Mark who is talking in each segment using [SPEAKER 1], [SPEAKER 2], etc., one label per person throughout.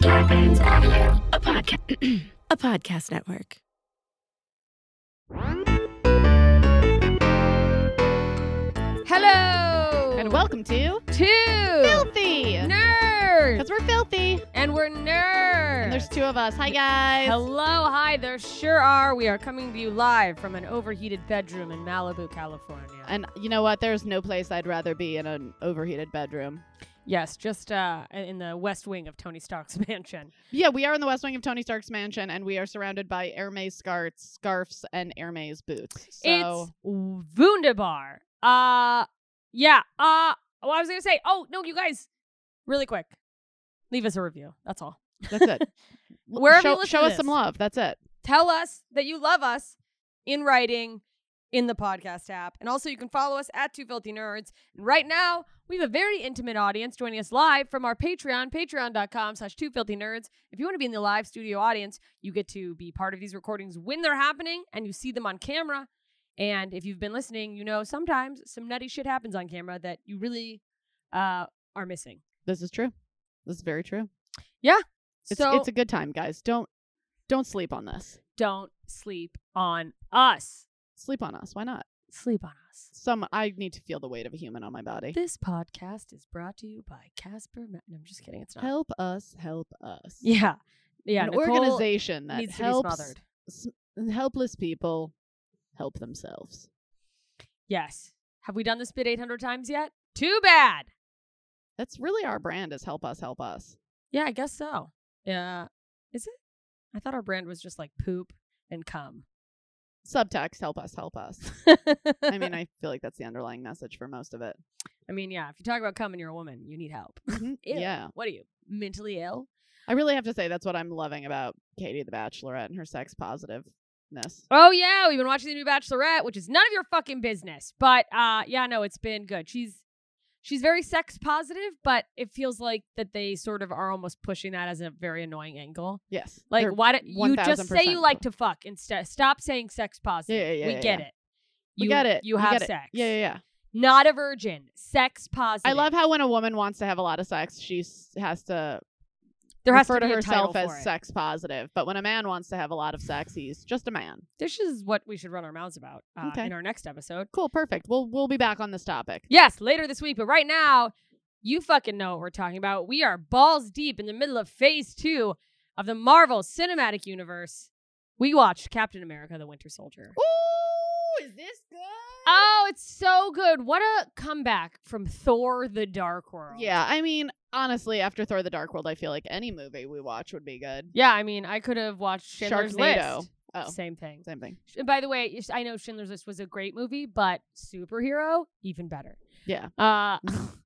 [SPEAKER 1] Scarpins Audio, a podcast,
[SPEAKER 2] a podcast network.
[SPEAKER 1] Hello,
[SPEAKER 2] And welcome to
[SPEAKER 1] to
[SPEAKER 2] Filthy.
[SPEAKER 1] Nerd,
[SPEAKER 2] Because we're filthy.
[SPEAKER 1] and we're nerds.
[SPEAKER 2] And there's two of us. Hi, guys.
[SPEAKER 1] Hello, hi, there sure are. We are coming to you live from an overheated bedroom in Malibu, California.
[SPEAKER 2] And you know what? There's no place I'd rather be in an overheated bedroom.
[SPEAKER 1] yes, just uh, in the west wing of Tony Stark's mansion.
[SPEAKER 2] Yeah, we are in the west wing of Tony Stark's mansion, and we are surrounded by Hermes scarves, scarfs, and Hermes boots. So
[SPEAKER 1] It's wunderbar. Uh, yeah. Uh, well, I was gonna say. Oh no, you guys, really quick, leave us a review. That's all.
[SPEAKER 2] that's it. L-
[SPEAKER 1] Wherever you
[SPEAKER 2] show,
[SPEAKER 1] listen
[SPEAKER 2] show
[SPEAKER 1] to
[SPEAKER 2] us
[SPEAKER 1] this.
[SPEAKER 2] some love. That's it.
[SPEAKER 1] tell us that you love us in writing in the podcast app. And also, you can follow us at Two Filthy Nerds. And right now, we have a very intimate audience joining us live from our Patreon, patreon.com slash Two Filthy Nerds. If you want to be in the live studio audience, you get to be part of these recordings when they're happening and you see them on camera. And if you've been listening, you know sometimes some nutty shit happens on camera that you really uh, are missing.
[SPEAKER 2] This is true. This is very true. It's,
[SPEAKER 1] so
[SPEAKER 2] it's a good time, guys. Don't don't sleep on this.
[SPEAKER 1] don't sleep on us.
[SPEAKER 2] Sleep on us. Why not?
[SPEAKER 1] Sleep on us.
[SPEAKER 2] Some I need to feel the weight of a human on my body.
[SPEAKER 1] This podcast is brought to you by Casper. Ma- no, I'm just kidding. It's not.
[SPEAKER 2] Help us, help us.
[SPEAKER 1] Yeah, yeah.
[SPEAKER 2] an
[SPEAKER 1] Nicole
[SPEAKER 2] organization that
[SPEAKER 1] needs to be
[SPEAKER 2] helps
[SPEAKER 1] smothered.
[SPEAKER 2] s- helpless people help themselves.
[SPEAKER 1] Yes. Have we done this bit 800 times yet? Too bad.
[SPEAKER 2] That's really our brand is help us, help us.
[SPEAKER 1] Yeah, I guess so. Yeah. Is it? I thought our brand was just like poop and cum.
[SPEAKER 2] Subtext, help us, help us. I
[SPEAKER 1] I
[SPEAKER 2] mean, I feel like that's the underlying message for most of it.
[SPEAKER 1] I mean, yeah. If you talk about cum and you're a woman, you need help.
[SPEAKER 2] Mhm.
[SPEAKER 1] Ew.
[SPEAKER 2] yeah.
[SPEAKER 1] What are you mentally ill?
[SPEAKER 2] I really have to say that's what I'm loving about Katie the Bachelorette and her sex positiveness.
[SPEAKER 1] Oh yeah, we've been watching the new Bachelorette, which is none of your fucking business. But uh, yeah, no, it's been good. She's she's very sex positive, but it feels like that they sort of are almost pushing that as a very annoying angle.
[SPEAKER 2] Yes.
[SPEAKER 1] Like,
[SPEAKER 2] They're-
[SPEAKER 1] why don't you just say
[SPEAKER 2] 1000%.
[SPEAKER 1] you like to fuck instead? Stop saying sex positive.
[SPEAKER 2] Yeah, yeah, yeah,
[SPEAKER 1] we
[SPEAKER 2] yeah,
[SPEAKER 1] get
[SPEAKER 2] yeah.
[SPEAKER 1] it.
[SPEAKER 2] we
[SPEAKER 1] You,
[SPEAKER 2] get it.
[SPEAKER 1] You
[SPEAKER 2] we
[SPEAKER 1] have
[SPEAKER 2] get it.
[SPEAKER 1] sex.
[SPEAKER 2] Yeah, yeah, yeah.
[SPEAKER 1] Not a virgin. Sex positive.
[SPEAKER 2] I love how when a woman wants to have a lot of sex, she s- has to
[SPEAKER 1] there has
[SPEAKER 2] refer
[SPEAKER 1] to,
[SPEAKER 2] to,
[SPEAKER 1] be a title
[SPEAKER 2] herself as
[SPEAKER 1] for it.
[SPEAKER 2] sex positive. But when a man wants to have a lot of sex, he's just a man.
[SPEAKER 1] This is what we should run our mouths about uh,
[SPEAKER 2] Okay.
[SPEAKER 1] in our next episode.
[SPEAKER 2] Cool, perfect. We'll we'll be back on this topic.
[SPEAKER 1] Yes, later this week. But right now, you fucking know what we're talking about. We are balls deep in the middle of phase two of the Marvel Cinematic Universe. We watched Captain America the Winter Soldier.
[SPEAKER 2] Ooh, is this good?
[SPEAKER 1] Oh, it's so good. What a comeback from Thor the Dark World.
[SPEAKER 2] yeah, I mean, honestly, after Thor: The Dark World, I feel like any movie we watch would be good.
[SPEAKER 1] Yeah, I mean, I could have watched Schindler's
[SPEAKER 2] Sharknado.
[SPEAKER 1] List.
[SPEAKER 2] Oh,
[SPEAKER 1] Same thing.
[SPEAKER 2] same thing.
[SPEAKER 1] Sh- By the way, I know Schindler's List was a great movie, but superhero, even better.
[SPEAKER 2] Yeah.
[SPEAKER 1] Uh,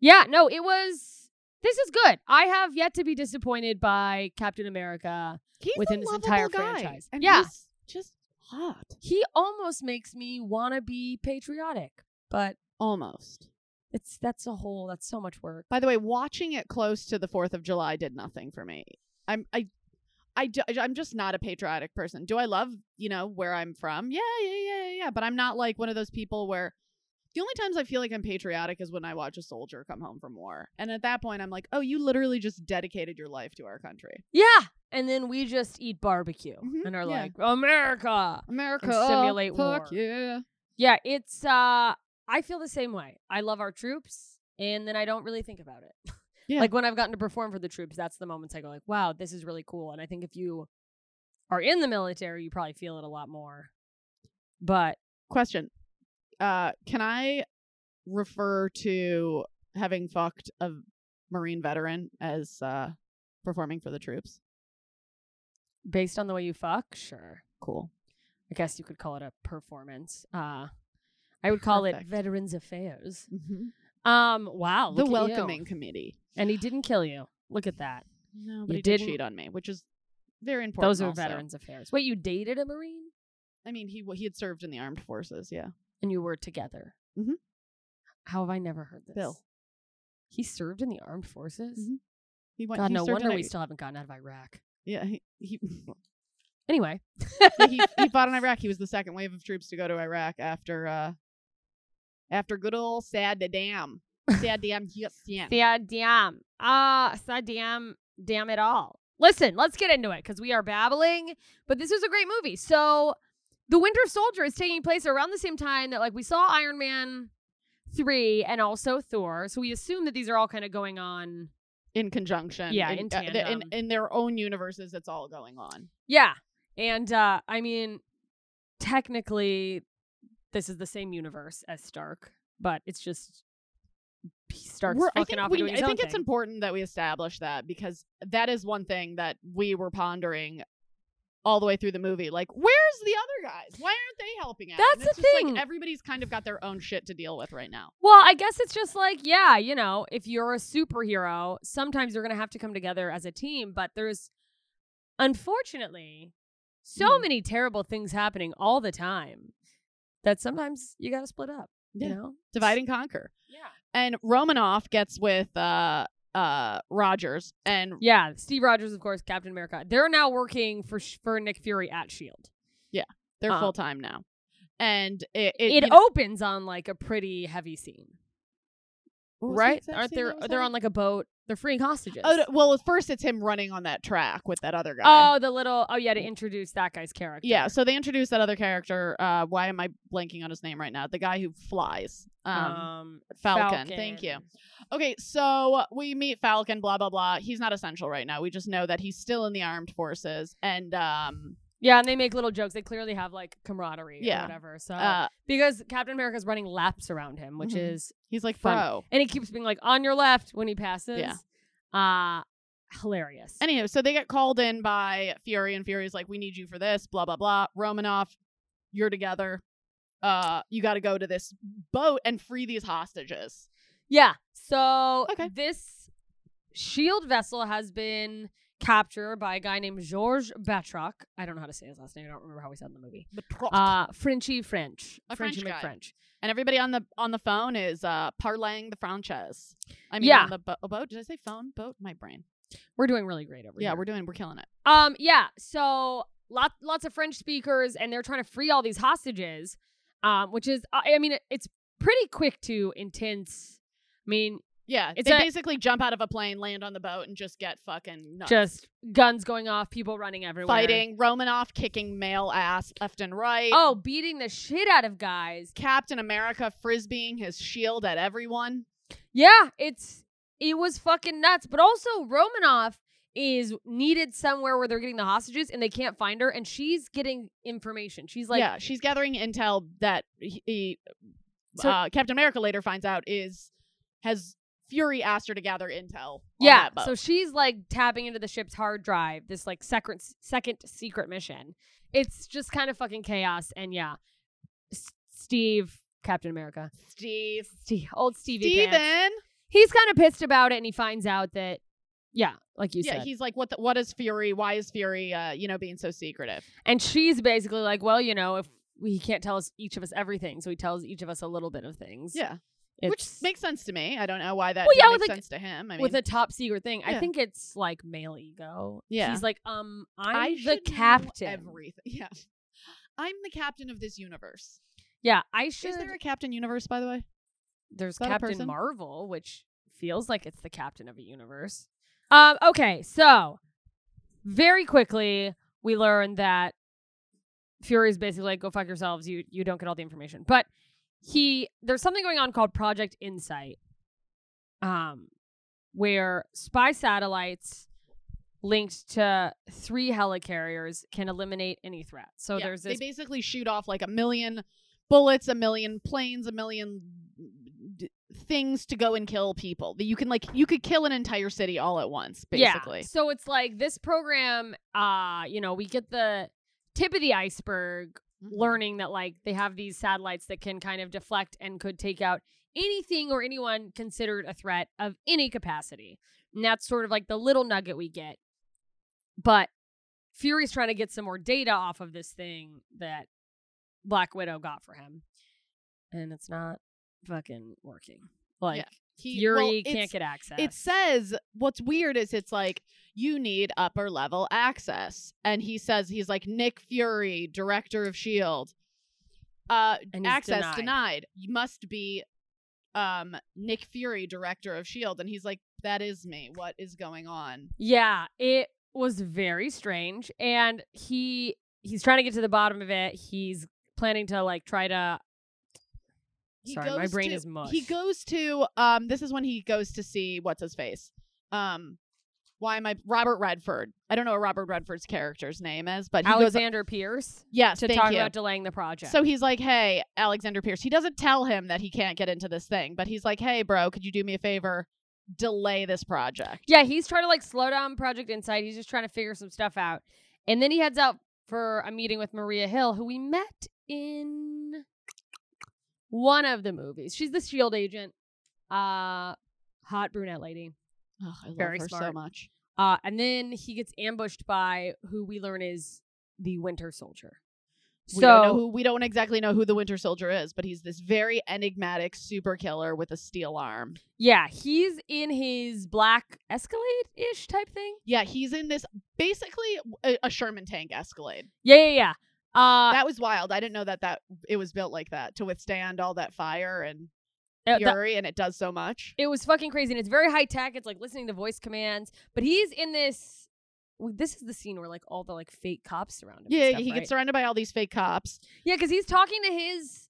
[SPEAKER 1] yeah, no, it was. This is good. I have yet to be disappointed by Captain America.
[SPEAKER 2] He's
[SPEAKER 1] Within
[SPEAKER 2] a
[SPEAKER 1] this
[SPEAKER 2] lovable
[SPEAKER 1] entire
[SPEAKER 2] guy,
[SPEAKER 1] franchise.
[SPEAKER 2] and
[SPEAKER 1] Yeah.
[SPEAKER 2] he's just hot.
[SPEAKER 1] He almost makes me want to be patriotic, but
[SPEAKER 2] Almost.
[SPEAKER 1] it's that's a whole that's so much work.
[SPEAKER 2] By the way, watching it close to the Fourth of July did nothing for me. I'm I. I d- I'm just not a patriotic person. Do I love, you know, where I'm from? Yeah, yeah, yeah, yeah, yeah. But I'm not like one of those people where the only times I feel like I'm patriotic is when I watch a soldier come home from war. And at that point, I'm like, oh, you literally just dedicated your life to our country.
[SPEAKER 1] Yeah, and then we just eat barbecue
[SPEAKER 2] Mhm,
[SPEAKER 1] and are
[SPEAKER 2] yeah.
[SPEAKER 1] like America.
[SPEAKER 2] America,
[SPEAKER 1] And simulate
[SPEAKER 2] fuck
[SPEAKER 1] war.
[SPEAKER 2] yeah.
[SPEAKER 1] Yeah, it's uh I feel the same way. I love our troops and then I don't really think about it.
[SPEAKER 2] Yeah.
[SPEAKER 1] Like when I've gotten to perform for the troops, that's the moments I go like, wow, this is really cool. And I think if you are in the military, you probably feel it a lot more. But
[SPEAKER 2] Question. Uh, can I refer to having fucked a Marine veteran as uh, performing for the troops?
[SPEAKER 1] based on the way you fuck, sure.
[SPEAKER 2] Cool.
[SPEAKER 1] I guess you could call it a performance. Uh I would call
[SPEAKER 2] Perfect.
[SPEAKER 1] it Veterans Affairs.
[SPEAKER 2] Mm-hmm.
[SPEAKER 1] Um, wow.
[SPEAKER 2] the
[SPEAKER 1] look at you.
[SPEAKER 2] welcoming committee.
[SPEAKER 1] And he didn't kill you. Look at that.
[SPEAKER 2] No, but
[SPEAKER 1] You
[SPEAKER 2] he did
[SPEAKER 1] didn't-
[SPEAKER 2] cheat on me, which is very important.
[SPEAKER 1] Those are
[SPEAKER 2] also.
[SPEAKER 1] Veterans Affairs. Wait, you dated a Marine?
[SPEAKER 2] I mean, he w- he had served in the armed forces. Yeah.
[SPEAKER 1] and you were together.
[SPEAKER 2] Mhm.
[SPEAKER 1] How have I never heard this?
[SPEAKER 2] Bill.
[SPEAKER 1] He served in the armed forces?
[SPEAKER 2] Mhm. He went.
[SPEAKER 1] Mm-hmm. God,
[SPEAKER 2] he
[SPEAKER 1] no
[SPEAKER 2] served in
[SPEAKER 1] wonder
[SPEAKER 2] Ir-
[SPEAKER 1] we still haven't gotten out of Iraq.
[SPEAKER 2] Yeah. He he,
[SPEAKER 1] Anyway.
[SPEAKER 2] yeah, he he fought in Iraq. He was the second wave of troops to go to Iraq after uh after good old Saddam. Saddam Hussein.
[SPEAKER 1] Saddam. Ah, Saddam damn it all. Listen, let's get into it because we are babbling, but this is a great movie. So, The Winter Soldier is taking place around the same time that, like, we saw Iron Man 3 and also Thor. So, we assume that these are all kind of going on.
[SPEAKER 2] in conjunction.
[SPEAKER 1] Yeah, in
[SPEAKER 2] in, uh, the- in,
[SPEAKER 1] tandem.
[SPEAKER 2] in their own universes, it's all going on.
[SPEAKER 1] Yeah. And, uh, I mean, technically, this is the same universe as Stark, but it's just Stark's
[SPEAKER 2] We're- I
[SPEAKER 1] fucking
[SPEAKER 2] think,
[SPEAKER 1] off
[SPEAKER 2] we-
[SPEAKER 1] and doing his
[SPEAKER 2] I
[SPEAKER 1] own
[SPEAKER 2] think it's
[SPEAKER 1] thing.
[SPEAKER 2] important that we establish that because that is one thing that we were pondering all the way through the movie. Like, where's the other guys? Why aren't they helping out? And
[SPEAKER 1] That's
[SPEAKER 2] it's
[SPEAKER 1] the
[SPEAKER 2] just,
[SPEAKER 1] thing.
[SPEAKER 2] Like, everybody's kind of got their own shit to deal with right now.
[SPEAKER 1] Well, I guess it's just like, yeah, you know, if you're a superhero, sometimes you're going to have to come together as a team, but there's unfortunately so
[SPEAKER 2] Mhm.
[SPEAKER 1] many terrible things happening all the time that sometimes you got to split up,
[SPEAKER 2] Yeah.
[SPEAKER 1] you know?
[SPEAKER 2] Divide and conquer.
[SPEAKER 1] Yeah.
[SPEAKER 2] And Romanoff gets with uh uh Rogers and
[SPEAKER 1] Yeah, Steve Rogers of course, Captain America. They're now working for sh- for Nick Fury at Shield.
[SPEAKER 2] they're
[SPEAKER 1] Uh,
[SPEAKER 2] full time now. And it, it,
[SPEAKER 1] It,
[SPEAKER 2] you know-
[SPEAKER 1] opens on like a pretty heavy scene,
[SPEAKER 2] What was the
[SPEAKER 1] right?
[SPEAKER 2] exact
[SPEAKER 1] Aren't
[SPEAKER 2] scene
[SPEAKER 1] they
[SPEAKER 2] that was
[SPEAKER 1] they're
[SPEAKER 2] happening?
[SPEAKER 1] on like a boat. They're freeing hostages.
[SPEAKER 2] Oh, no, well, at first it's him running on that track with that other guy.
[SPEAKER 1] oh, the little Oh, yeah, to introduce that guy's character.
[SPEAKER 2] Yeah, so they introduced that other character. Uh, why am I blanking on his name right now? The guy who flies. Um,
[SPEAKER 1] Um,
[SPEAKER 2] Falcon, thank you. okay, so we meet Falcon. Blah blah blah. He's not essential right now. We just know that he's still in the armed forces, and um,
[SPEAKER 1] Yeah, and they make little jokes. They clearly have like camaraderie or
[SPEAKER 2] Yeah.
[SPEAKER 1] whatever. So
[SPEAKER 2] uh,
[SPEAKER 1] because Captain America's running laps around him, which
[SPEAKER 2] Mhm.
[SPEAKER 1] is
[SPEAKER 2] he's like
[SPEAKER 1] Fun.
[SPEAKER 2] bro.
[SPEAKER 1] and he keeps being like on your left when he passes.
[SPEAKER 2] Yeah.
[SPEAKER 1] Uh hilarious.
[SPEAKER 2] Anywho, so they get called in by Fury, and Fury's like, "We need you for this." Blah blah blah. Romanoff, you're together. Uh, you got to go to this boat and free these hostages.
[SPEAKER 1] yeah. So
[SPEAKER 2] Okay.
[SPEAKER 1] this shield vessel has been captured by a guy named Georges Batroc. I don't know how to say his last name. I don't remember how we said it in the movie.
[SPEAKER 2] The truck.
[SPEAKER 1] Uh Frenchy French.
[SPEAKER 2] A
[SPEAKER 1] Frenchy
[SPEAKER 2] French guy.
[SPEAKER 1] McFrench.
[SPEAKER 2] And everybody on the on the phone is uh parlaying the franchise. I mean,
[SPEAKER 1] Yeah.
[SPEAKER 2] on the bo- boat. Did I say phone? Boat? My brain.
[SPEAKER 1] We're doing really great over
[SPEAKER 2] yeah,
[SPEAKER 1] here.
[SPEAKER 2] we're doing. We're killing it.
[SPEAKER 1] Um, yeah. So lot, lots of French speakers, and they're trying to free all these hostages. Um, which is, I I mean, it- it's pretty quick to intense. I mean,
[SPEAKER 2] Yeah,
[SPEAKER 1] It's
[SPEAKER 2] they
[SPEAKER 1] a-
[SPEAKER 2] basically jump out of a plane, land on the boat, and just get fucking nuts.
[SPEAKER 1] just guns going off, people running everywhere,
[SPEAKER 2] fighting, Romanoff kicking male ass left and right.
[SPEAKER 1] Oh, beating the shit out of guys.
[SPEAKER 2] Captain America frisbeeing his shield at everyone.
[SPEAKER 1] Yeah, it's it was fucking nuts. But also Romanoff is needed somewhere where they're getting the hostages and they can't find her, and she's getting information. She's like,
[SPEAKER 2] yeah, she's gathering intel that he, he-
[SPEAKER 1] So-
[SPEAKER 2] uh, Captain America later finds out is has Fury asked her to gather intel. on
[SPEAKER 1] Yeah.
[SPEAKER 2] that boat.
[SPEAKER 1] So she's like tapping into the ship's hard drive, this like second second secret mission. It's just kind of fucking chaos. And yeah, S- Steve, Captain America,
[SPEAKER 2] Steve,
[SPEAKER 1] Steve, old Stevie, Pants,
[SPEAKER 2] Steven.
[SPEAKER 1] he's kind of pissed about it, and he finds out that yeah, like you
[SPEAKER 2] yeah,
[SPEAKER 1] said,
[SPEAKER 2] he's like, what? The, what is Fury? Why is Fury, uh, you know, being so secretive?
[SPEAKER 1] and she's basically like, well, you know, if he can't tell us each of us everything, so he tells each of us a little bit of things.
[SPEAKER 2] Yeah,
[SPEAKER 1] It's,
[SPEAKER 2] which makes sense to me. I don't know why that
[SPEAKER 1] Well, yeah,
[SPEAKER 2] didn't
[SPEAKER 1] with,
[SPEAKER 2] make
[SPEAKER 1] like-
[SPEAKER 2] sense to him. I mean,
[SPEAKER 1] with a top secret thing. I
[SPEAKER 2] Yeah.
[SPEAKER 1] think it's like male ego.
[SPEAKER 2] Yeah.
[SPEAKER 1] he's like, um, I'm
[SPEAKER 2] I
[SPEAKER 1] the
[SPEAKER 2] should know
[SPEAKER 1] captain.
[SPEAKER 2] Everything. Yeah, I'm the captain of this universe.
[SPEAKER 1] yeah, I should.
[SPEAKER 2] Is there a captain universe, by the way?
[SPEAKER 1] there's
[SPEAKER 2] that a
[SPEAKER 1] Captain
[SPEAKER 2] person?
[SPEAKER 1] Marvel, which feels like it's the captain of a universe. Um, okay, so very quickly we learn that Fury's basically like, go fuck yourselves, you you don't get all the information. But he there's something going on called Project Insight. Um where spy satellites linked to three helicarriers can eliminate any threat. So
[SPEAKER 2] Yeah,
[SPEAKER 1] there's this
[SPEAKER 2] They basically shoot off like a million bullets, a million planes, a million d- things to go and kill people. That you can like, you could kill an entire city all at once, basically.
[SPEAKER 1] Yeah. So it's like this program, uh, you know, we get the tip of the iceberg
[SPEAKER 2] Mhm.
[SPEAKER 1] learning that like they have these satellites that can kind of deflect and could take out anything or anyone considered a threat of any capacity. And that's sort of like the little nugget we get. But Fury's trying to get some more data off of this thing that Black Widow got for him. And it's not fucking working. Like
[SPEAKER 2] He-
[SPEAKER 1] Fury
[SPEAKER 2] well, it's-
[SPEAKER 1] can't get access.
[SPEAKER 2] It says what's weird is it's like you need upper level access, and he says he's like Nick Fury, director of Shield. E Uh,
[SPEAKER 1] And he's
[SPEAKER 2] access
[SPEAKER 1] denied.
[SPEAKER 2] denied. You must be, um, Nick Fury, director of Shield, and he's like, That is me. What is going on?
[SPEAKER 1] Yeah, it was very strange and he he's trying to get to the bottom of it. He's planning to like try to
[SPEAKER 2] He
[SPEAKER 1] Sorry, my
[SPEAKER 2] goes
[SPEAKER 1] brain
[SPEAKER 2] to-
[SPEAKER 1] is mush.
[SPEAKER 2] He goes to um this is when he goes to see what's his face. Um why am I Robert Redford? I don't know what Robert Redford's character's name is, but he goes
[SPEAKER 1] Alexander Pierce
[SPEAKER 2] yes,
[SPEAKER 1] to
[SPEAKER 2] thank
[SPEAKER 1] talk
[SPEAKER 2] you.
[SPEAKER 1] about delaying the project.
[SPEAKER 2] So he's like, "Hey, Alexander Pierce." He doesn't tell him that he can't get into this thing, but he's like, "Hey, bro, could you do me a favor? Delay this project."
[SPEAKER 1] yeah, he's trying to like slow down Project Insight. He's just trying to figure some stuff out. And then he heads out for a meeting with Maria Hill, who we met in one of the movies. She's the shield agent. Uh hot brunette lady.
[SPEAKER 2] Ugh, I love
[SPEAKER 1] Very
[SPEAKER 2] her so
[SPEAKER 1] smart.
[SPEAKER 2] much.
[SPEAKER 1] Uh, and then he gets ambushed by who we learn is the Winter Soldier.
[SPEAKER 2] we don't know
[SPEAKER 1] So
[SPEAKER 2] who we don't exactly know who the Winter Soldier is, but he's this very enigmatic super killer with a steel arm.
[SPEAKER 1] yeah, he's in his black Escalade ish type thing.
[SPEAKER 2] Yeah, he's in this basically a, a Sherman tank Escalade.
[SPEAKER 1] Yeah, yeah, yeah. Uh,
[SPEAKER 2] that was wild. I didn't know that that it was built like that to withstand all that fire and
[SPEAKER 1] uh, th-
[SPEAKER 2] fury, and it does so much.
[SPEAKER 1] it was fucking crazy, and it's very high tech. It's like listening to voice commands. But he's in this. Well, this is the scene where like all the like fake cops surround him. and
[SPEAKER 2] Yeah,
[SPEAKER 1] stuff,
[SPEAKER 2] he
[SPEAKER 1] right?
[SPEAKER 2] gets surrounded by all these fake cops.
[SPEAKER 1] yeah, because he's talking to his.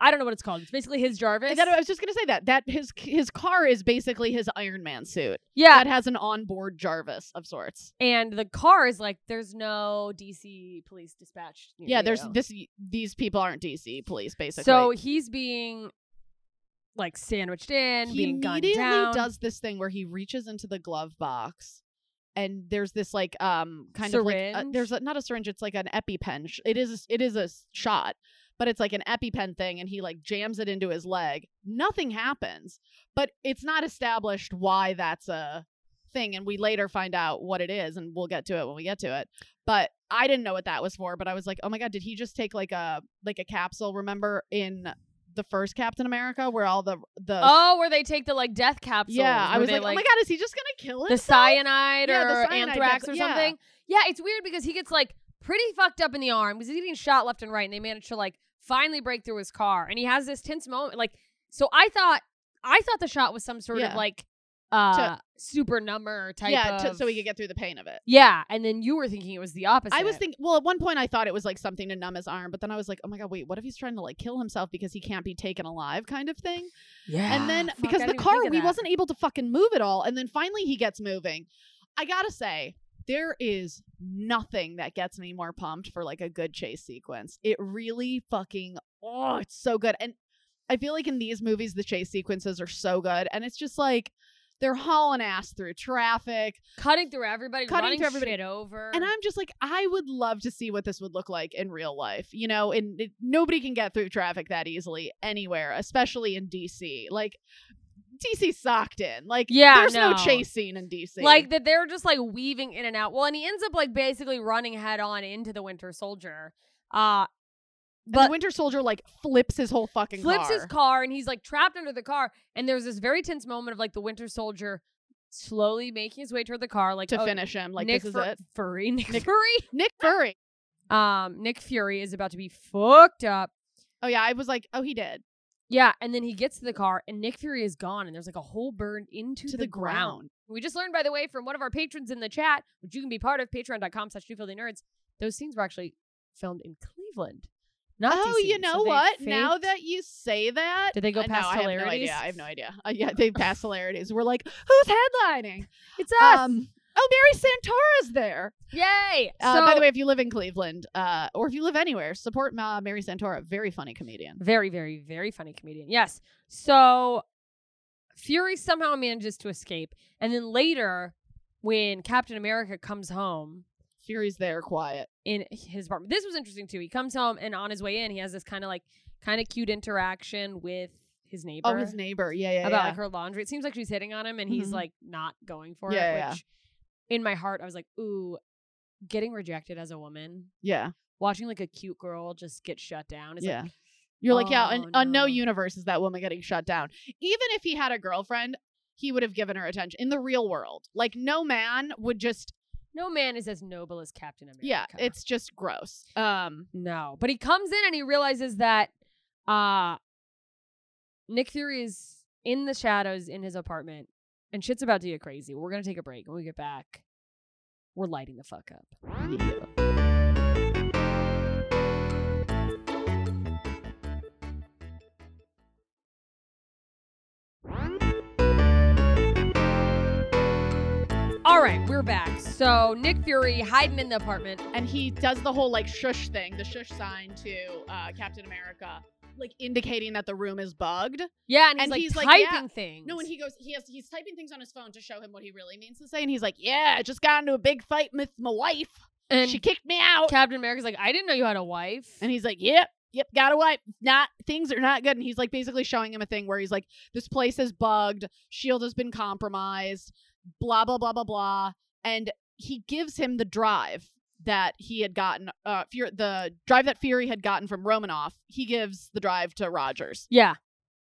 [SPEAKER 1] I don't know what it's called. It's basically his Jarvis.
[SPEAKER 2] That, I was just gonna say that that his his car is basically his Iron Man suit
[SPEAKER 1] yeah,
[SPEAKER 2] that has an onboard Jarvis of sorts.
[SPEAKER 1] and the car is like there's no DC police dispatched. near
[SPEAKER 2] Yeah, there's
[SPEAKER 1] you.
[SPEAKER 2] this these people aren't DC police basically.
[SPEAKER 1] So he's being like sandwiched in,
[SPEAKER 2] he
[SPEAKER 1] being gunned
[SPEAKER 2] immediately
[SPEAKER 1] down.
[SPEAKER 2] does this thing where he reaches into the glove box and there's this like um kind of like a-
[SPEAKER 1] Syringe?
[SPEAKER 2] there's a, not a syringe it's like an epipen sh- it is a s- it is a s- shot but it's like an epipen thing and he like jams it into his leg nothing happens but it's not established why that's a thing and we later find out what it is and we'll get to it when we get to it but i didn't know what that was for but i was like oh my god did he just take like a like a capsule remember in the first captain america where all the the
[SPEAKER 1] oh, where they take the like death capsules.
[SPEAKER 2] yeah, I
[SPEAKER 1] where
[SPEAKER 2] was
[SPEAKER 1] they,
[SPEAKER 2] like, oh my god, is he just gonna kill
[SPEAKER 1] the
[SPEAKER 2] himself?
[SPEAKER 1] cyanide
[SPEAKER 2] Yeah,
[SPEAKER 1] or
[SPEAKER 2] the cyanide
[SPEAKER 1] anthrax
[SPEAKER 2] capsule-
[SPEAKER 1] or
[SPEAKER 2] yeah.
[SPEAKER 1] something. Yeah, it's weird because he gets like pretty fucked up in the arm because he's getting shot left and right, and they manage to like finally break through his car, and he has this tense moment. Like, so I thought, I thought the shot was some sort
[SPEAKER 2] Yeah.
[SPEAKER 1] of like uh super number type.
[SPEAKER 2] yeah, to-
[SPEAKER 1] of,
[SPEAKER 2] so he could get through the pain of it.
[SPEAKER 1] Yeah, and then you were thinking it was the opposite.
[SPEAKER 2] I was thinking, well, at one point I thought it was like something to numb his arm, but then I was like, oh my god, wait, what if he's trying to like kill himself because he can't be taken alive, kind of thing?
[SPEAKER 1] yeah,
[SPEAKER 2] and then
[SPEAKER 1] Fuck,
[SPEAKER 2] because
[SPEAKER 1] I
[SPEAKER 2] the
[SPEAKER 1] didn't even
[SPEAKER 2] car,
[SPEAKER 1] think of
[SPEAKER 2] we
[SPEAKER 1] that.
[SPEAKER 2] wasn't able to fucking move at all, and then finally he gets moving. I gotta say, there is nothing that gets me more pumped for like a good chase sequence. It really fucking oh, it's so good. And I feel like in these movies, the chase sequences are so good, and it's just like. They're hauling ass through traffic.
[SPEAKER 1] cutting through everybody,
[SPEAKER 2] Cutting
[SPEAKER 1] running
[SPEAKER 2] through everybody.
[SPEAKER 1] shit over,
[SPEAKER 2] And I'm just like, I would love to see what this would look like in real life. You know, and it, nobody can get through traffic that easily anywhere, especially in DC. Like, DC socked in. Like,
[SPEAKER 1] Yeah,
[SPEAKER 2] there's no.
[SPEAKER 1] no.
[SPEAKER 2] chase scene in DC.
[SPEAKER 1] Like that they're just like weaving in and out. Well, and he ends up like basically running head on into the Winter Soldier. Uh
[SPEAKER 2] And the
[SPEAKER 1] but
[SPEAKER 2] Winter Soldier like flips his whole fucking
[SPEAKER 1] flips
[SPEAKER 2] car.
[SPEAKER 1] his car and he's like trapped under the car. And there's this very tense moment of like the Winter Soldier slowly making his way toward the car, like
[SPEAKER 2] to
[SPEAKER 1] oh,
[SPEAKER 2] finish him. Like,
[SPEAKER 1] Nick
[SPEAKER 2] this is
[SPEAKER 1] Fur-
[SPEAKER 2] it.
[SPEAKER 1] Fury. Nick,
[SPEAKER 2] Nick-
[SPEAKER 1] Fury.
[SPEAKER 2] Nick Fury.
[SPEAKER 1] Um, Nick Fury is about to be fucked up.
[SPEAKER 2] Oh yeah, I was like, oh, he did
[SPEAKER 1] Yeah, and then he gets to the car and Nick Fury is gone, and there's like a hole burned into
[SPEAKER 2] to,
[SPEAKER 1] the, ground. We just learned, by the way, from one of our patrons in the chat, which you can be part of, patreon.com slash newfielding nerds, those scenes were actually filmed in Cleveland. Not
[SPEAKER 2] Oh,
[SPEAKER 1] DC,
[SPEAKER 2] you
[SPEAKER 1] so
[SPEAKER 2] know
[SPEAKER 1] they
[SPEAKER 2] what? Now
[SPEAKER 1] faked-
[SPEAKER 2] that you say that,
[SPEAKER 1] Did they go
[SPEAKER 2] I- no,
[SPEAKER 1] past
[SPEAKER 2] I have no
[SPEAKER 1] hilarities?
[SPEAKER 2] idea. I have no idea. Uh, yeah, they passed hilarities. We're like, who's headlining?
[SPEAKER 1] It's us.
[SPEAKER 2] Um, oh, Mary Santora's there.
[SPEAKER 1] Yay.
[SPEAKER 2] Uh,
[SPEAKER 1] so,
[SPEAKER 2] by the way, if you live in Cleveland uh, or if you live anywhere, support uh, Mary Santora. Very funny comedian.
[SPEAKER 1] very, very, very funny comedian. Yes. So Fury somehow manages to escape. And then later, when Captain America comes home,
[SPEAKER 2] Fury's there, quiet.
[SPEAKER 1] in his apartment. This was interesting too. He comes home and on his way in, he has this kind of like kind of cute interaction with his neighbor.
[SPEAKER 2] Oh, his neighbor. Yeah, yeah,
[SPEAKER 1] about
[SPEAKER 2] yeah.
[SPEAKER 1] like her laundry. It seems like she's hitting on him and he's
[SPEAKER 2] Mhm.
[SPEAKER 1] like not going for
[SPEAKER 2] Yeah,
[SPEAKER 1] it,
[SPEAKER 2] yeah, yeah.
[SPEAKER 1] which in my heart I was like, ooh, getting rejected as a woman,
[SPEAKER 2] yeah,
[SPEAKER 1] watching like a cute girl just get shut down is
[SPEAKER 2] yeah.
[SPEAKER 1] like
[SPEAKER 2] You're like, yeah. In,
[SPEAKER 1] oh,
[SPEAKER 2] On no
[SPEAKER 1] no.
[SPEAKER 2] universe is that woman getting shut down. Even if he had a girlfriend, he would have given her attention in the real world. Like, no man would just.
[SPEAKER 1] no man is as noble as Captain America.
[SPEAKER 2] Yeah, it's just gross. Um,
[SPEAKER 1] no. But he comes in and he realizes that uh Nick Fury is in the shadows in his apartment and shit's about to get crazy. We're gonna take a break. When we get back, we're lighting the fuck up. All right, we're back. So Nick Fury hiding in the apartment.
[SPEAKER 2] and he does the whole like shush thing, the shush sign to uh, Captain America, like indicating that the room is bugged.
[SPEAKER 1] Yeah, and he's
[SPEAKER 2] And
[SPEAKER 1] like
[SPEAKER 2] he's like,
[SPEAKER 1] typing
[SPEAKER 2] yeah.
[SPEAKER 1] things.
[SPEAKER 2] No, and he goes, he has, he's typing things on his phone to show him what he really means to say, and he's like, "Yeah, I just got into a big fight with my wife.
[SPEAKER 1] and
[SPEAKER 2] she kicked me out."
[SPEAKER 1] Captain America's like, I didn't know you had a wife.
[SPEAKER 2] And he's like, "Yep, yep, got a wife. Not things are not good." And he's like, basically showing him a thing where he's like, "This place is bugged. Shield E has been compromised. Blah blah blah blah blah." And he gives him the drive that he had gotten, uh, Fury, the drive that Fury had gotten from Romanoff. He gives the drive to Rogers,
[SPEAKER 1] yeah,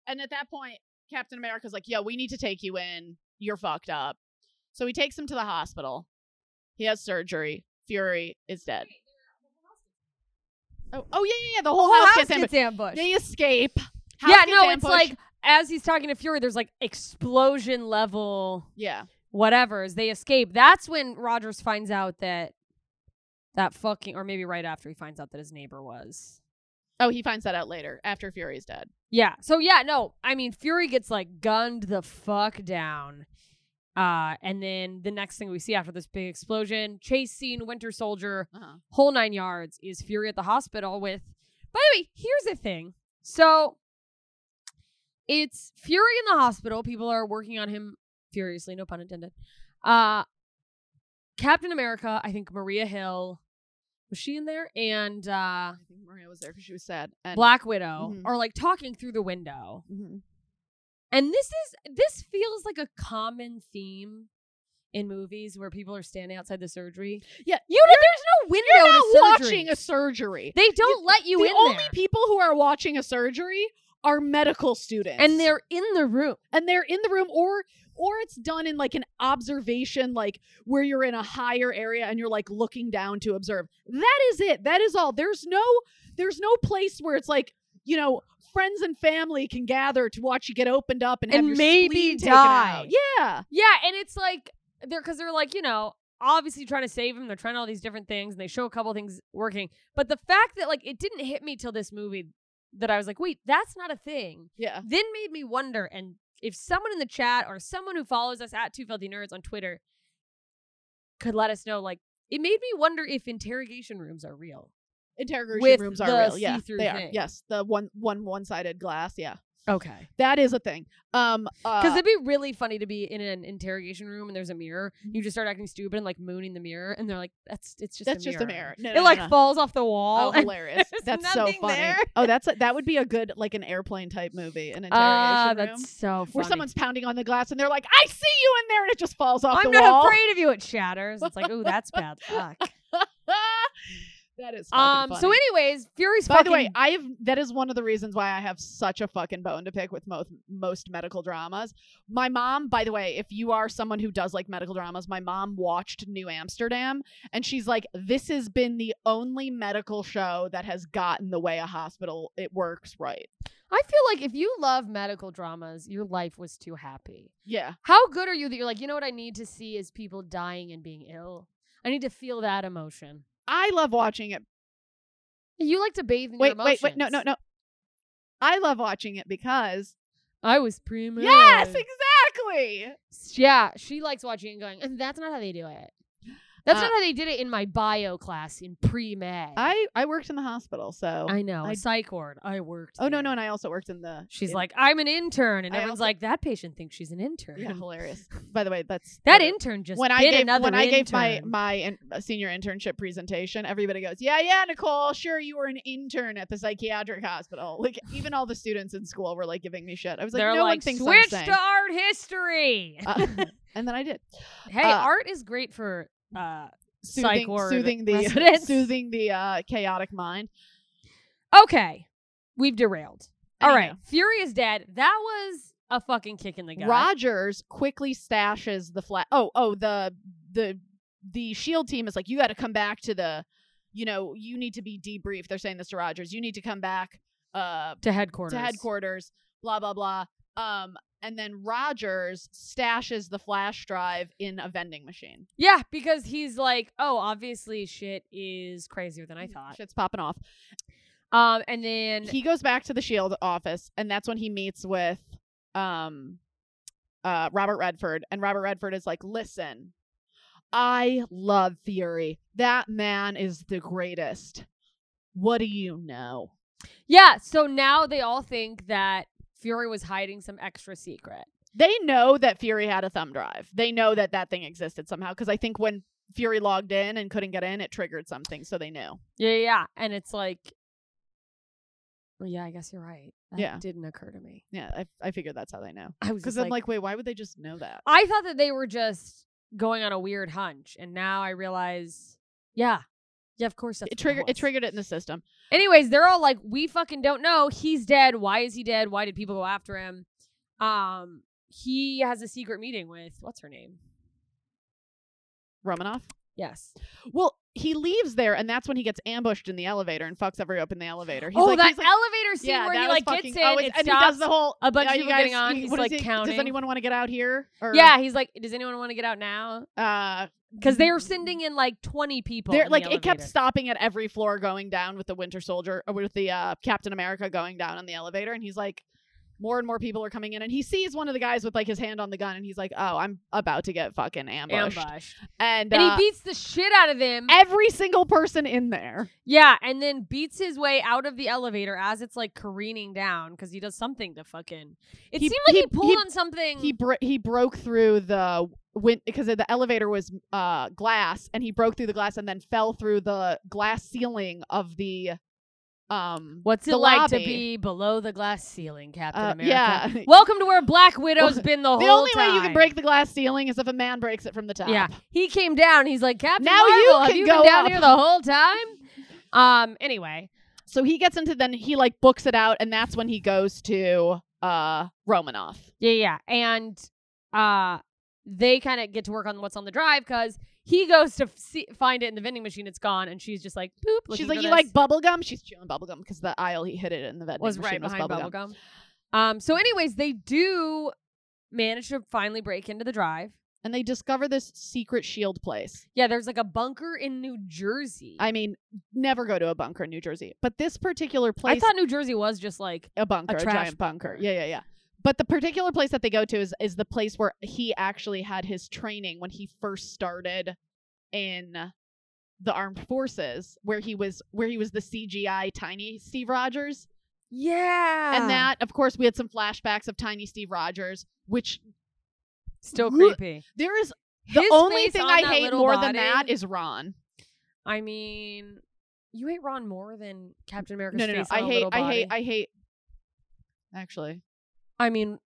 [SPEAKER 2] and at that point, Captain America's like, "Yo, we need to take you in. You're fucked up." So he takes him to the hospital. He has surgery. Fury is dead. Oh, oh yeah, yeah, yeah. The whole, house, gets ambushed.
[SPEAKER 1] ambushed.
[SPEAKER 2] They escape. House
[SPEAKER 1] yeah,
[SPEAKER 2] gets
[SPEAKER 1] no, it's
[SPEAKER 2] ambushed.
[SPEAKER 1] like as he's talking to Fury, there's like explosion level
[SPEAKER 2] yeah,
[SPEAKER 1] whatever as they escape. That's when Rogers finds out that that fucking, or maybe right after he finds out that his neighbor was.
[SPEAKER 2] oh, he finds that out later after Fury's dead.
[SPEAKER 1] Yeah. So yeah, no, I mean Fury gets like gunned the fuck down. Uh, and then the next thing we see after this big explosion, chase scene, Winter Soldier,
[SPEAKER 2] Uh-huh.
[SPEAKER 1] whole nine yards is Fury at the hospital with. By the way, here's the thing. So it's Fury in the hospital. People are working on him furiously, no pun intended. Uh Captain America, I think Maria Hill, was she in there? And uh
[SPEAKER 2] I think Maria was there because she was sad. And
[SPEAKER 1] Black Widow
[SPEAKER 2] Mhm.
[SPEAKER 1] are like talking through the window.
[SPEAKER 2] Mhm.
[SPEAKER 1] And this is this feels like a common theme in movies where people are standing outside the surgery.
[SPEAKER 2] Yeah,
[SPEAKER 1] You there's no
[SPEAKER 2] You're
[SPEAKER 1] window
[SPEAKER 2] not
[SPEAKER 1] to surgery.
[SPEAKER 2] watching a surgery.
[SPEAKER 1] They don't let you
[SPEAKER 2] the
[SPEAKER 1] in
[SPEAKER 2] only
[SPEAKER 1] there.
[SPEAKER 2] people who are watching a surgery are medical students,
[SPEAKER 1] and they're in the room.
[SPEAKER 2] and they're in the room or or it's done in like an observation like where you're in a higher area and you're like looking down to observe that is it that is all there's no there's no place where it's like you know friends and family can gather to watch you get opened up and, have
[SPEAKER 1] And
[SPEAKER 2] your
[SPEAKER 1] maybe
[SPEAKER 2] spleen taken
[SPEAKER 1] die.
[SPEAKER 2] out. yeah
[SPEAKER 1] Yeah, and it's like they're because they're like you know obviously trying to save him. They're trying all these different things, and they show a couple things working. But the fact that like it didn't hit me till this movie that I was like, wait, that's not a thing.
[SPEAKER 2] yeah
[SPEAKER 1] Then made me wonder. And if someone in the chat or someone who follows us at Two Filthy Nerds on Twitter could let us know, like it made me wonder if interrogation rooms are real.
[SPEAKER 2] interrogation
[SPEAKER 1] With
[SPEAKER 2] rooms
[SPEAKER 1] the
[SPEAKER 2] are real yeah
[SPEAKER 1] see-through
[SPEAKER 2] they are
[SPEAKER 1] thing.
[SPEAKER 2] yes the one one one-sided glass yeah
[SPEAKER 1] Okay,
[SPEAKER 2] that is a thing um uh,
[SPEAKER 1] because it'd be really funny to be in an interrogation room and there's a mirror.
[SPEAKER 2] Mm-hmm.
[SPEAKER 1] You just start acting stupid and like mooning the mirror, and they're like, "That's it's just
[SPEAKER 2] that's
[SPEAKER 1] a mirror.
[SPEAKER 2] just a mirror no, no,
[SPEAKER 1] it
[SPEAKER 2] no,
[SPEAKER 1] like
[SPEAKER 2] no.
[SPEAKER 1] falls off the
[SPEAKER 2] Oh,
[SPEAKER 1] wall. and-
[SPEAKER 2] hilarious!
[SPEAKER 1] there's
[SPEAKER 2] That's so
[SPEAKER 1] nothing
[SPEAKER 2] funny.
[SPEAKER 1] there.
[SPEAKER 2] Oh, that's a, that would be a good like an airplane type movie, an interrogation
[SPEAKER 1] Ah,
[SPEAKER 2] room
[SPEAKER 1] that's so funny.
[SPEAKER 2] where someone's pounding on the glass and they're like, "I see you in there," and it just falls off
[SPEAKER 1] I'm
[SPEAKER 2] the
[SPEAKER 1] not
[SPEAKER 2] wall.
[SPEAKER 1] afraid of you. It shatters. It's like, oh, that's bad luck.
[SPEAKER 2] that is
[SPEAKER 1] um.
[SPEAKER 2] fucking
[SPEAKER 1] So,
[SPEAKER 2] funny.
[SPEAKER 1] anyways, Fury's
[SPEAKER 2] By
[SPEAKER 1] fucking.
[SPEAKER 2] the way, I have that is one of the reasons why I have such a fucking bone to pick with most most medical dramas. My mom, by the way, if you are someone who does like medical dramas, my mom watched New Amsterdam and she's like, "This has been the only medical show that has gotten the way a hospital it works right."
[SPEAKER 1] I feel like if you love medical dramas, your life was too happy.
[SPEAKER 2] Yeah.
[SPEAKER 1] How good are you that you're like, you know what I need to see is people dying and being ill. I need to feel that emotion.
[SPEAKER 2] I love watching it.
[SPEAKER 1] You like to bathe in your
[SPEAKER 2] Wait, wait,
[SPEAKER 1] emotions.
[SPEAKER 2] wait. No, no, no. I love watching it because
[SPEAKER 1] I was primo.
[SPEAKER 2] Yes, exactly.
[SPEAKER 1] Yeah, she likes watching and going, and that's not how they do it. That's
[SPEAKER 2] Uh,
[SPEAKER 1] not how they did it in my bio class in pre med.
[SPEAKER 2] I I worked in the hospital, so
[SPEAKER 1] I know.
[SPEAKER 2] I-
[SPEAKER 1] psych ward. I worked.
[SPEAKER 2] Oh no, no,
[SPEAKER 1] there.
[SPEAKER 2] and I also worked in the
[SPEAKER 1] She's
[SPEAKER 2] in-
[SPEAKER 1] like, I'm an intern, and
[SPEAKER 2] I
[SPEAKER 1] everyone's
[SPEAKER 2] also-
[SPEAKER 1] like, that patient thinks she's an intern.
[SPEAKER 2] yeah, hilarious. By the way, that's
[SPEAKER 1] That
[SPEAKER 2] what-
[SPEAKER 1] intern just
[SPEAKER 2] when
[SPEAKER 1] did
[SPEAKER 2] I gave
[SPEAKER 1] another
[SPEAKER 2] when I gave my
[SPEAKER 1] intern.
[SPEAKER 2] my in, uh, senior internship presentation, everybody goes, "Yeah, yeah, Nicole, sure you were an intern at the psychiatric hospital." Like even all the students in school were like giving me shit. I was like,
[SPEAKER 1] They're
[SPEAKER 2] "No one
[SPEAKER 1] like,
[SPEAKER 2] thinks
[SPEAKER 1] switch
[SPEAKER 2] I'm saying."
[SPEAKER 1] to art history.
[SPEAKER 2] Uh, and then I did.
[SPEAKER 1] hey,
[SPEAKER 2] uh,
[SPEAKER 1] art is great for. Uh, Psych
[SPEAKER 2] Soothing,
[SPEAKER 1] ward
[SPEAKER 2] soothing the
[SPEAKER 1] residents.
[SPEAKER 2] soothing the uh, chaotic mind.
[SPEAKER 1] okay, we've derailed. All right,
[SPEAKER 2] Anyhow.
[SPEAKER 1] Fury is dead. That was a fucking kick in the gut.
[SPEAKER 2] Rogers quickly stashes the flat. Oh, oh, the the the Shield team is like, you got to come back to the, you know, you need to be debriefed. They're saying this to Rogers. You need to come back uh,
[SPEAKER 1] to headquarters.
[SPEAKER 2] to headquarters. Blah blah blah. Um, and then Rogers stashes the flash drive in a vending machine.
[SPEAKER 1] Yeah, because he's like, oh, obviously shit is crazier than I thought.
[SPEAKER 2] Shit's popping off.
[SPEAKER 1] Um, and then
[SPEAKER 2] he goes back to the shield office and that's when he meets with um uh Robert Redford and Robert Redford is like listen I love Fury that man is the greatest what do you know
[SPEAKER 1] yeah, so now they all think that Fury was hiding some extra secret.
[SPEAKER 2] they know that Fury had a thumb drive they know that that thing existed somehow cuz I think when Fury logged in and couldn't get in it triggered something so they knew
[SPEAKER 1] Yeah, yeah, yeah. and it's like, well, yeah, I guess you're right. That
[SPEAKER 2] Yeah.
[SPEAKER 1] didn't occur to me.
[SPEAKER 2] yeah I I figured that's how they know
[SPEAKER 1] I was
[SPEAKER 2] cuz
[SPEAKER 1] just
[SPEAKER 2] I'm like wait why would they just know that
[SPEAKER 1] I thought that they were just going on a weird hunch, and now I realize, yeah, yeah, of course. That's
[SPEAKER 2] it
[SPEAKER 1] what
[SPEAKER 2] triggered it
[SPEAKER 1] was.
[SPEAKER 2] triggered it in the system
[SPEAKER 1] Anyways, they're all like, we fucking don't know. He's dead. Why is he dead? Why did people go after him? Um, he has a secret meeting with what's her name?
[SPEAKER 2] Romanoff.
[SPEAKER 1] Yes.
[SPEAKER 2] Well, he leaves there, and that's when he gets ambushed in the elevator and fucks everybody up in the elevator. He's
[SPEAKER 1] oh,
[SPEAKER 2] like,
[SPEAKER 1] that
[SPEAKER 2] he's like,
[SPEAKER 1] elevator scene
[SPEAKER 2] yeah,
[SPEAKER 1] where
[SPEAKER 2] that
[SPEAKER 1] he
[SPEAKER 2] was
[SPEAKER 1] like
[SPEAKER 2] fucking,
[SPEAKER 1] gets in,
[SPEAKER 2] oh,
[SPEAKER 1] it
[SPEAKER 2] it's- and he does
[SPEAKER 1] stops
[SPEAKER 2] the whole.
[SPEAKER 1] a bunch
[SPEAKER 2] "Are
[SPEAKER 1] of
[SPEAKER 2] you
[SPEAKER 1] people
[SPEAKER 2] guys,
[SPEAKER 1] getting on.
[SPEAKER 2] you-
[SPEAKER 1] He's
[SPEAKER 2] what is
[SPEAKER 1] like
[SPEAKER 2] he-
[SPEAKER 1] counting.
[SPEAKER 2] Does anyone want to get out here? Or,
[SPEAKER 1] yeah, he's like, does anyone want to get out now?
[SPEAKER 2] uh,
[SPEAKER 1] Because they were sending in like twenty people.
[SPEAKER 2] They're
[SPEAKER 1] in the
[SPEAKER 2] like it kept
[SPEAKER 1] elevator.
[SPEAKER 2] stopping at every floor going down with the Winter Soldier or with the uh, Captain America going down on the elevator, and he's like, more and more people are coming in, and he sees one of the guys with like his hand on the gun, and he's like, oh, I'm about to get fucking ambushed,
[SPEAKER 1] ambushed,
[SPEAKER 2] and,
[SPEAKER 1] and
[SPEAKER 2] uh,
[SPEAKER 1] he beats the shit out of him.
[SPEAKER 2] every single person in there.
[SPEAKER 1] yeah, and then beats his way out of the elevator as it's like careening down because he does something to fucking. It
[SPEAKER 2] He-
[SPEAKER 1] seemed like he,
[SPEAKER 2] he-
[SPEAKER 1] pulled
[SPEAKER 2] he-
[SPEAKER 1] on something.
[SPEAKER 2] he bro- he broke through the win because the elevator was uh glass and he broke through the glass and then fell through the glass ceiling of the um
[SPEAKER 1] What's it
[SPEAKER 2] the
[SPEAKER 1] like to
[SPEAKER 2] lobby.
[SPEAKER 1] be below the glass ceiling, Captain
[SPEAKER 2] uh,
[SPEAKER 1] America?
[SPEAKER 2] yeah
[SPEAKER 1] Welcome to where Black Widow's
[SPEAKER 2] Well,
[SPEAKER 1] been the whole
[SPEAKER 2] the only way you
[SPEAKER 1] time.
[SPEAKER 2] can break the glass ceiling is if a man breaks it from the top
[SPEAKER 1] Yeah, he came down. He's like, Captain
[SPEAKER 2] Now you
[SPEAKER 1] Marvel, have
[SPEAKER 2] can
[SPEAKER 1] you been
[SPEAKER 2] go
[SPEAKER 1] down
[SPEAKER 2] up."
[SPEAKER 1] here the whole time? Um. Anyway,
[SPEAKER 2] so he gets into then he like books it out and that's when he goes to uh romanoff
[SPEAKER 1] yeah, yeah, and uh, they kind of get to work on what's on the drive because he goes to f- see, find it in the vending machine. It's gone, and she's just like, poop.
[SPEAKER 2] she's like you like bubblegum she's chewing bubblegum because the aisle he hit it in the vending
[SPEAKER 1] was right
[SPEAKER 2] machine
[SPEAKER 1] behind
[SPEAKER 2] was bubblegum.
[SPEAKER 1] bubblegum. Um. So, anyways, they do manage to finally break into the drive.
[SPEAKER 2] and they discover this secret shield place
[SPEAKER 1] Yeah, there's like a bunker in New Jersey.
[SPEAKER 2] I mean, never go to a bunker in New Jersey, but this particular place,
[SPEAKER 1] I thought New Jersey was just like
[SPEAKER 2] a bunker,
[SPEAKER 1] a
[SPEAKER 2] a,
[SPEAKER 1] trash
[SPEAKER 2] giant bunker.
[SPEAKER 1] bunker.
[SPEAKER 2] Yeah, yeah, yeah. But the particular place that they go to is is the place where he actually had his training when he first started in the armed forces, where he was where he was the CGI tiny Steve Rogers,
[SPEAKER 1] yeah,
[SPEAKER 2] and that of course we had some flashbacks of tiny Steve Rogers, which
[SPEAKER 1] still
[SPEAKER 2] Wh-
[SPEAKER 1] creepy.
[SPEAKER 2] there is the
[SPEAKER 1] His
[SPEAKER 2] only
[SPEAKER 1] face
[SPEAKER 2] thing
[SPEAKER 1] on
[SPEAKER 2] I
[SPEAKER 1] that
[SPEAKER 2] hate
[SPEAKER 1] little
[SPEAKER 2] more than
[SPEAKER 1] body-
[SPEAKER 2] that is Ron.
[SPEAKER 1] I mean, you hate Ron more than Captain America's
[SPEAKER 2] No, no, no.
[SPEAKER 1] face.
[SPEAKER 2] I
[SPEAKER 1] on a
[SPEAKER 2] hate,
[SPEAKER 1] little
[SPEAKER 2] I hate,
[SPEAKER 1] body.
[SPEAKER 2] I hate. Actually,
[SPEAKER 1] I mean,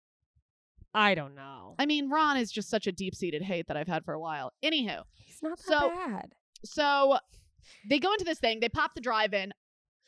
[SPEAKER 1] I don't know.
[SPEAKER 2] I mean, Ron is just such a deep seated hate that I've had for a while. Anywho,
[SPEAKER 1] He's not that
[SPEAKER 2] So-
[SPEAKER 1] bad.
[SPEAKER 2] so they go into this thing, they pop the drive in.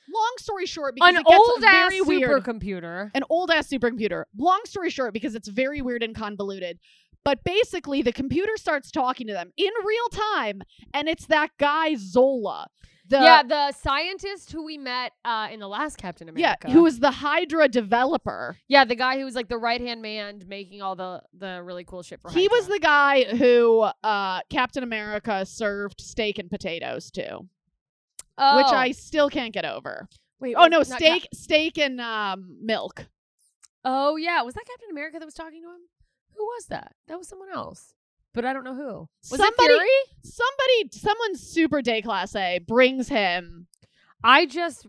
[SPEAKER 2] Long story short, because
[SPEAKER 1] An
[SPEAKER 2] it gets
[SPEAKER 1] old ass
[SPEAKER 2] very weird.
[SPEAKER 1] supercomputer.
[SPEAKER 2] An old ass supercomputer. Long story short, because it's very weird and convoluted. But basically, the computer starts talking to them in real time, and it's that guy Zola. The,
[SPEAKER 1] yeah, the scientist who we met uh, in the last Captain
[SPEAKER 2] yeah,
[SPEAKER 1] America.
[SPEAKER 2] who is the Hydra developer.
[SPEAKER 1] yeah the guy who was like the right hand man making all the the really cool shit for.
[SPEAKER 2] He
[SPEAKER 1] Hydra.
[SPEAKER 2] was the guy who uh, Captain America served steak and potatoes to,
[SPEAKER 1] oh.
[SPEAKER 2] which I still can't get over.
[SPEAKER 1] wait.
[SPEAKER 2] Oh
[SPEAKER 1] was
[SPEAKER 2] no,
[SPEAKER 1] it not Cap-
[SPEAKER 2] steak, steak and um, milk.
[SPEAKER 1] oh yeah, was that Captain America that was talking to him? Who was that? That was someone else, but I don't know who. Was
[SPEAKER 2] somebody,
[SPEAKER 1] it Fury?
[SPEAKER 2] somebody, someone super day class A brings him
[SPEAKER 1] I just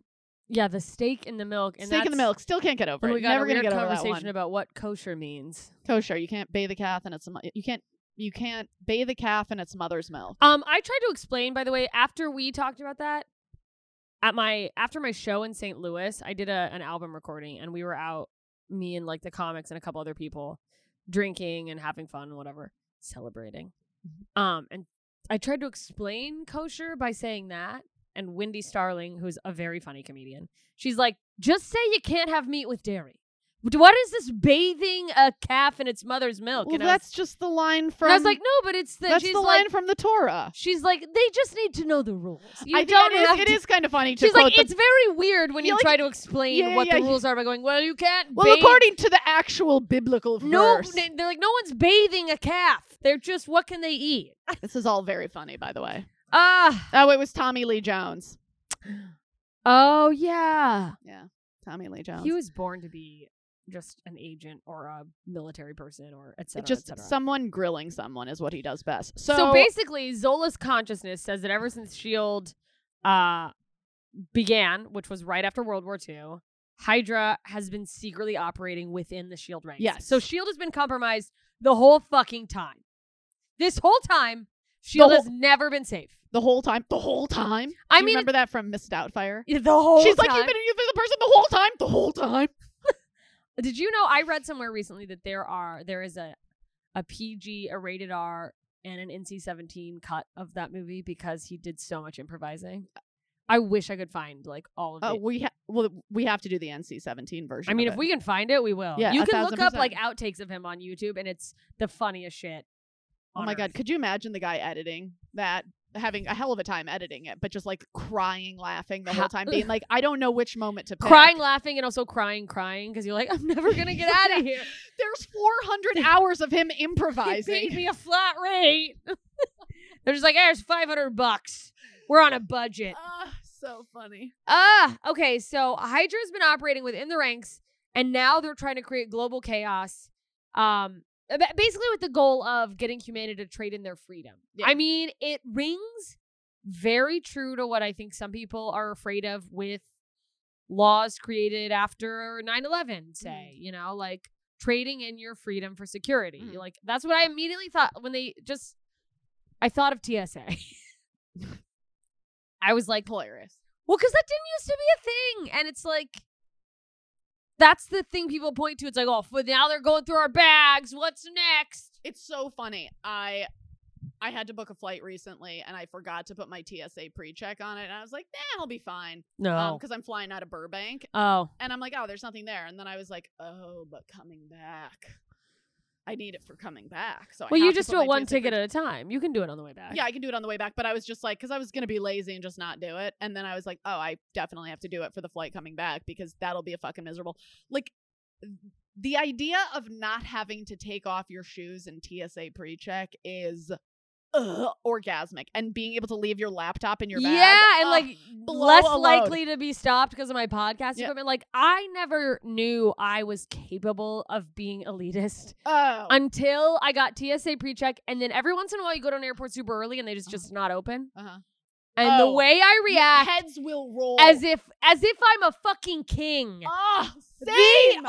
[SPEAKER 1] yeah, the steak and the milk and
[SPEAKER 2] steak and
[SPEAKER 1] that's-
[SPEAKER 2] the milk. Still can't get over
[SPEAKER 1] And
[SPEAKER 2] it.
[SPEAKER 1] we got
[SPEAKER 2] Never
[SPEAKER 1] a
[SPEAKER 2] gonna
[SPEAKER 1] weird
[SPEAKER 2] get over that
[SPEAKER 1] conversation
[SPEAKER 2] one.
[SPEAKER 1] about what kosher means.
[SPEAKER 2] Kosher. You can't bathe a calf in its mo- you can't you can't bathe a calf in its mother's milk.
[SPEAKER 1] Um, I tried to explain, by the way, after we talked about that at my after my show in St. Louis, I did a, an album recording and we were out, me and like the comics and a couple other people, drinking and having fun and whatever, celebrating.
[SPEAKER 2] Mm-hmm.
[SPEAKER 1] Um, and I tried to explain kosher by saying that. And Wendy Starling, who's a very funny comedian, she's like, just say you can't have meat with dairy. what is this bathing a calf in its mother's milk?
[SPEAKER 2] Well,
[SPEAKER 1] and, I was,
[SPEAKER 2] that's just the line from.
[SPEAKER 1] and I was like, no, but it's the,
[SPEAKER 2] that's
[SPEAKER 1] she's
[SPEAKER 2] the
[SPEAKER 1] like,
[SPEAKER 2] line from the Torah.
[SPEAKER 1] she's like, they just need to know the rules. You
[SPEAKER 2] I think
[SPEAKER 1] don't
[SPEAKER 2] it is,
[SPEAKER 1] have
[SPEAKER 2] it
[SPEAKER 1] to.
[SPEAKER 2] is kind of funny to
[SPEAKER 1] She's
[SPEAKER 2] quote
[SPEAKER 1] like,
[SPEAKER 2] the
[SPEAKER 1] it's very weird when
[SPEAKER 2] Yeah,
[SPEAKER 1] you
[SPEAKER 2] like-
[SPEAKER 1] try to explain
[SPEAKER 2] yeah,
[SPEAKER 1] what
[SPEAKER 2] yeah,
[SPEAKER 1] the
[SPEAKER 2] yeah.
[SPEAKER 1] rules are by going, well, you can't.
[SPEAKER 2] Well,
[SPEAKER 1] bathe-
[SPEAKER 2] according to the actual biblical
[SPEAKER 1] no,
[SPEAKER 2] verse,
[SPEAKER 1] they- they're like, no one's bathing a calf. They're just, what can they eat?
[SPEAKER 2] this is all very funny, by the way.
[SPEAKER 1] Ah,
[SPEAKER 2] Oh, it was Tommy Lee Jones.
[SPEAKER 1] oh yeah,
[SPEAKER 2] Tommy Lee Jones.
[SPEAKER 1] he was born to be just an agent or a military person or etc.
[SPEAKER 2] just someone grilling someone is what he does best. So,
[SPEAKER 1] So, basically, Zola's consciousness says that ever since S.H.I.E.L.D. E Uh, began, which was right after World War II, Hydra has been secretly operating within the S.H.I.E.L.D. E ranks.
[SPEAKER 2] Yes.
[SPEAKER 1] So S.H.I.E.L.D. has been compromised the whole fucking time. This whole time,
[SPEAKER 2] The
[SPEAKER 1] S.H.I.E.L.D.
[SPEAKER 2] whole-
[SPEAKER 1] E has never been safe.
[SPEAKER 2] the whole time, the whole time.
[SPEAKER 1] I
[SPEAKER 2] Do you
[SPEAKER 1] mean,
[SPEAKER 2] remember that from Miss Doubtfire.
[SPEAKER 1] the whole
[SPEAKER 2] She's like,
[SPEAKER 1] time.
[SPEAKER 2] you've been, you've been the person the whole time, the whole time.
[SPEAKER 1] Did you know? I read somewhere recently that there are there is a a PG, a rated R, and an NC-17 cut of that movie because he did so much improvising. I wish I could find like all of
[SPEAKER 2] Uh,
[SPEAKER 1] it.
[SPEAKER 2] we ha- well, we have to do the NC-17 version.
[SPEAKER 1] I mean,
[SPEAKER 2] of
[SPEAKER 1] if
[SPEAKER 2] it.
[SPEAKER 1] we can find it, we will.
[SPEAKER 2] Yeah,
[SPEAKER 1] you
[SPEAKER 2] a
[SPEAKER 1] can look
[SPEAKER 2] thousand
[SPEAKER 1] up like outtakes of him on YouTube, and it's the funniest shit.
[SPEAKER 2] Oh
[SPEAKER 1] on
[SPEAKER 2] my god,
[SPEAKER 1] earth.
[SPEAKER 2] could you imagine the guy editing that? Having a hell of a time editing it, but just like crying, laughing the
[SPEAKER 1] How-
[SPEAKER 2] whole time, being like, I don't know which moment to pick.
[SPEAKER 1] crying, laughing, and also crying, crying because you're like, I'm never gonna get out
[SPEAKER 2] Yeah.
[SPEAKER 1] of here.
[SPEAKER 2] There's 400 hours of him
[SPEAKER 1] They
[SPEAKER 2] improvising.
[SPEAKER 1] paid me a flat rate. They're just like, here's 500 bucks. We're on a budget.
[SPEAKER 2] Ah, so funny.
[SPEAKER 1] Ah, okay. So Hydra's been operating within the ranks, and now they're trying to create global chaos. Um, ba- basically with the goal of getting humanity to trade in their freedom.
[SPEAKER 2] Yeah.
[SPEAKER 1] I mean, it rings very true to what I think some people are afraid of with laws created after 9-11, say, you know, like trading in your freedom for security.
[SPEAKER 2] Mm.
[SPEAKER 1] Like that's what I immediately thought when they just I thought of TSA. I was like,
[SPEAKER 2] Hilarious.
[SPEAKER 1] well, because that didn't used to be a thing. And it's like, that's the thing people point to. It's like, oh, for now they're going through our bags. What's next?
[SPEAKER 2] It's so funny. I I had to book a flight recently and I forgot to put my TSA pre-check on it. And I was like, nah, I'll be fine.
[SPEAKER 1] No.
[SPEAKER 2] because I'm flying out of Burbank.
[SPEAKER 1] oh.
[SPEAKER 2] And I'm like, oh, there's nothing there. And then I was like, oh, but coming back. I need it for coming back. So I
[SPEAKER 1] Well, you
[SPEAKER 2] have to
[SPEAKER 1] just
[SPEAKER 2] put
[SPEAKER 1] do it
[SPEAKER 2] my
[SPEAKER 1] one
[SPEAKER 2] TSA
[SPEAKER 1] ticket
[SPEAKER 2] pre-check-
[SPEAKER 1] at a time. You can do it on the way back.
[SPEAKER 2] yeah, I can do it on the way back, but I was just like, because I was gonna be lazy and just not do it, and then I was like, oh, I definitely have to do it for the flight coming back because that'll be a fucking miserable. Like, the idea of not having to take off your shoes and TSA pre-check is ugh, orgasmic, and being able to leave your laptop in your bag.
[SPEAKER 1] yeah, and
[SPEAKER 2] ugh.
[SPEAKER 1] like
[SPEAKER 2] blow
[SPEAKER 1] less
[SPEAKER 2] a load.
[SPEAKER 1] likely to be stopped because of my podcast
[SPEAKER 2] Yeah.
[SPEAKER 1] equipment. Like I never knew I was capable of being elitist
[SPEAKER 2] oh,
[SPEAKER 1] until I got TSA pre-check, and then every once in a while you go to an airport super early and they just
[SPEAKER 2] Uh-huh.
[SPEAKER 1] just not open.
[SPEAKER 2] Uh-huh.
[SPEAKER 1] And the
[SPEAKER 2] Oh.
[SPEAKER 1] way I
[SPEAKER 2] Your
[SPEAKER 1] react
[SPEAKER 2] heads will roll
[SPEAKER 1] as if as if I'm a fucking king.
[SPEAKER 2] Ah,
[SPEAKER 1] The
[SPEAKER 2] same.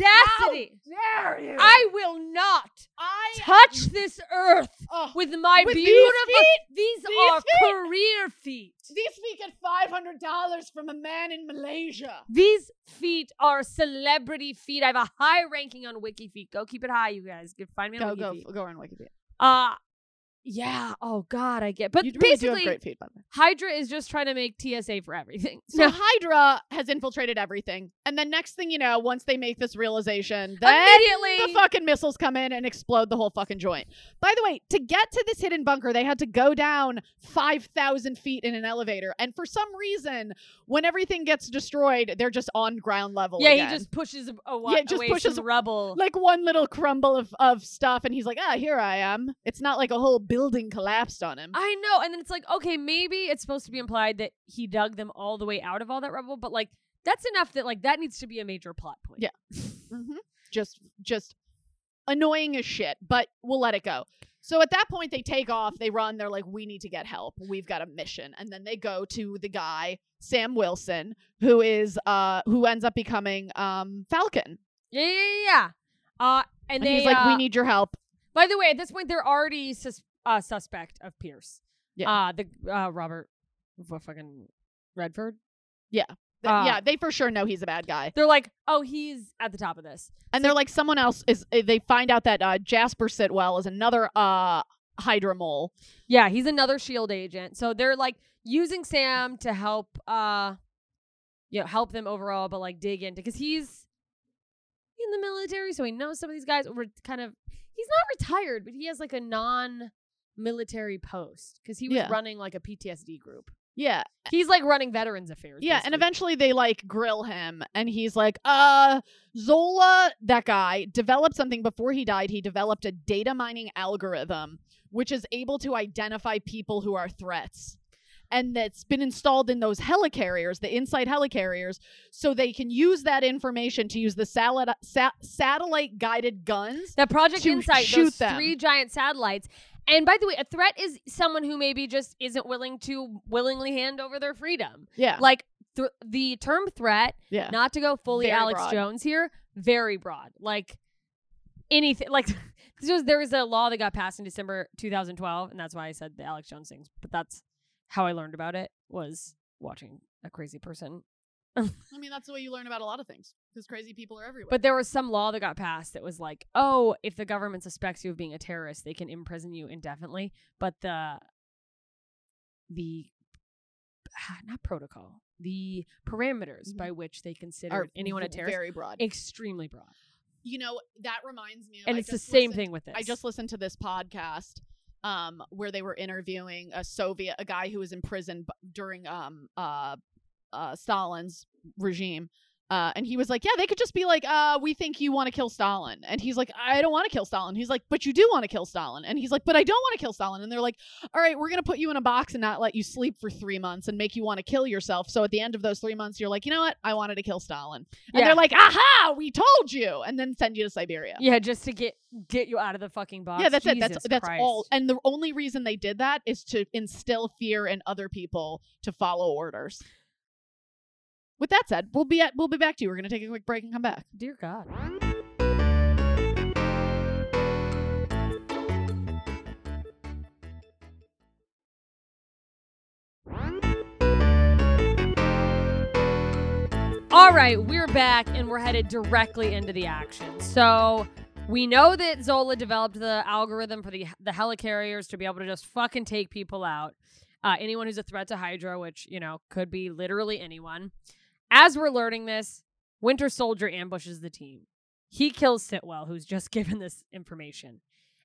[SPEAKER 1] audacity!
[SPEAKER 2] dare you?
[SPEAKER 1] I will not
[SPEAKER 2] I
[SPEAKER 1] touch this earth
[SPEAKER 2] oh,
[SPEAKER 1] with my
[SPEAKER 2] With these
[SPEAKER 1] beautiful.
[SPEAKER 2] feet?
[SPEAKER 1] These,
[SPEAKER 2] These
[SPEAKER 1] are
[SPEAKER 2] feet?
[SPEAKER 1] career feet.
[SPEAKER 2] these feet get five hundred dollars from a man in Malaysia.
[SPEAKER 1] These feet are celebrity feet. I have a high ranking on WikiFeet. Go keep it high, you guys. Go Find me on WikiFeet.
[SPEAKER 2] go on Wikipedia.
[SPEAKER 1] Uh yeah. Oh God, I get. But
[SPEAKER 2] you really do have
[SPEAKER 1] basically,
[SPEAKER 2] great feet, by the way.
[SPEAKER 1] Hydra is just trying to make TSA for everything.
[SPEAKER 2] So Hydra has infiltrated everything, and then next thing you know, once they make this realization, then
[SPEAKER 1] immediately.
[SPEAKER 2] the fucking missiles come in and explode the whole fucking joint. By the way, to get to this hidden bunker, they had to go down 5,000 feet in an elevator. And for some reason, when everything gets destroyed, they're just on ground level.
[SPEAKER 1] yeah,
[SPEAKER 2] again.
[SPEAKER 1] he just pushes a, a,
[SPEAKER 2] Yeah, just
[SPEAKER 1] away
[SPEAKER 2] pushes-
[SPEAKER 1] some rubble.
[SPEAKER 2] Like one little crumble of, of stuff, and he's like, ah, here I am. It's not like a whole building collapsed on him.
[SPEAKER 1] I know. And then it's like, okay, maybe it's supposed to be implied that he dug them all the way out of all that rubble, but like that's enough that like that needs to be a major plot point.
[SPEAKER 2] Yeah. Mhm. Just, just annoying as shit, but we'll let it go. So at that point, they take off, they run, they're like, we need to get help. We've got a mission. And then they go to the guy, Sam Wilson, who is, uh, who ends up becoming, um, Falcon.
[SPEAKER 1] Yeah, yeah, yeah. yeah. Uh and,
[SPEAKER 2] And
[SPEAKER 1] they
[SPEAKER 2] he's like,
[SPEAKER 1] uh,
[SPEAKER 2] we need your help.
[SPEAKER 1] By the way, at this point they're already sus- uh, suspect of Pierce.
[SPEAKER 2] Yeah.
[SPEAKER 1] Uh the uh Robert what fucking Redford.
[SPEAKER 2] Th-
[SPEAKER 1] uh,
[SPEAKER 2] yeah, they for sure know he's a bad guy.
[SPEAKER 1] They're like, "Oh, he's at the top of this."
[SPEAKER 2] And they're like, someone else is, uh, they find out that, uh, Jasper Sitwell is another, uh, Hydra mole.
[SPEAKER 1] Yeah, he's another shield E agent. So they're like using Sam to help uh you know, help them overall, but like dig into cuz he's the military, so he knows some of these guys. We're kind of he's not retired, but he has like a non military post because he was
[SPEAKER 2] Yeah.
[SPEAKER 1] running like a PTSD group.
[SPEAKER 2] Yeah.
[SPEAKER 1] He's like running veterans affairs.
[SPEAKER 2] Yeah, and
[SPEAKER 1] basically.
[SPEAKER 2] eventually they like grill him, and he's like, "Uh, Zola, that guy developed something before he died. He developed a data mining algorithm which is able to identify people who are threats." And that's been installed in those helicarriers, the inside helicarriers, so they can use that information to use the salad, sa- satellite guided guns.
[SPEAKER 1] That Project
[SPEAKER 2] to
[SPEAKER 1] Insight,
[SPEAKER 2] shoot
[SPEAKER 1] those
[SPEAKER 2] them.
[SPEAKER 1] three giant satellites. And by the way, a threat is someone who maybe just isn't willing to willingly hand over their freedom.
[SPEAKER 2] Yeah,
[SPEAKER 1] Like th- the term threat,
[SPEAKER 2] yeah,
[SPEAKER 1] not to go fully
[SPEAKER 2] Very
[SPEAKER 1] Alex
[SPEAKER 2] broad.
[SPEAKER 1] Jones here, very broad. Like anything. Like this was there was a law that got passed in December 2012, and that's why I said the Alex Jones things. But that's how I learned about it was watching a crazy person
[SPEAKER 2] I mean that's the way you learn about a lot of things because crazy people are everywhere.
[SPEAKER 1] But there was some law that got passed that was like, oh, if the government suspects you of being a terrorist, they can imprison you indefinitely. But the the ah, not protocol, the parameters
[SPEAKER 2] Mhm.
[SPEAKER 1] by which they consider anyone a
[SPEAKER 2] v-
[SPEAKER 1] terrorist
[SPEAKER 2] very broad.
[SPEAKER 1] extremely broad,
[SPEAKER 2] you know that reminds me, of,
[SPEAKER 1] and
[SPEAKER 2] I
[SPEAKER 1] it's the
[SPEAKER 2] just
[SPEAKER 1] same
[SPEAKER 2] listened-
[SPEAKER 1] thing with this.
[SPEAKER 2] I just listened to this podcast um, where they were interviewing a Soviet, a guy who was imprisoned b- during um, uh, uh, Stalin's regime. Uh, and he was like, "Yeah, they could just be like, uh, we think you want to kill Stalin." And he's like, "I don't want to kill Stalin." He's like, "But you do want to kill Stalin." And he's like, "But I don't want to kill Stalin." And they're like, "All right, we're gonna put you in a box and not let you sleep for three months and make you want to kill yourself." So at the end of those three months, you're like, "You know what? I wanted to kill Stalin." And
[SPEAKER 1] Yeah.
[SPEAKER 2] they're like, "Aha, we told you!" And then send you to Siberia.
[SPEAKER 1] yeah, just to get get you out of the fucking box.
[SPEAKER 2] Yeah, that's it.
[SPEAKER 1] Jesus
[SPEAKER 2] That's that's all.
[SPEAKER 1] Christ.
[SPEAKER 2] And the only reason they did that is to instill fear in other people to follow orders. With that said, we'll be at, we'll be back to you. We're gonna take a quick break and come back.
[SPEAKER 1] Dear God. All right, we're back and we're headed directly into the action. So we know that Zola developed the algorithm for the the helicarriers to be able to just fucking take people out. Uh, anyone who's a threat to Hydra, which you know could be literally anyone. As we're learning this, Winter Soldier ambushes the team. He kills Sitwell, who's just given this information.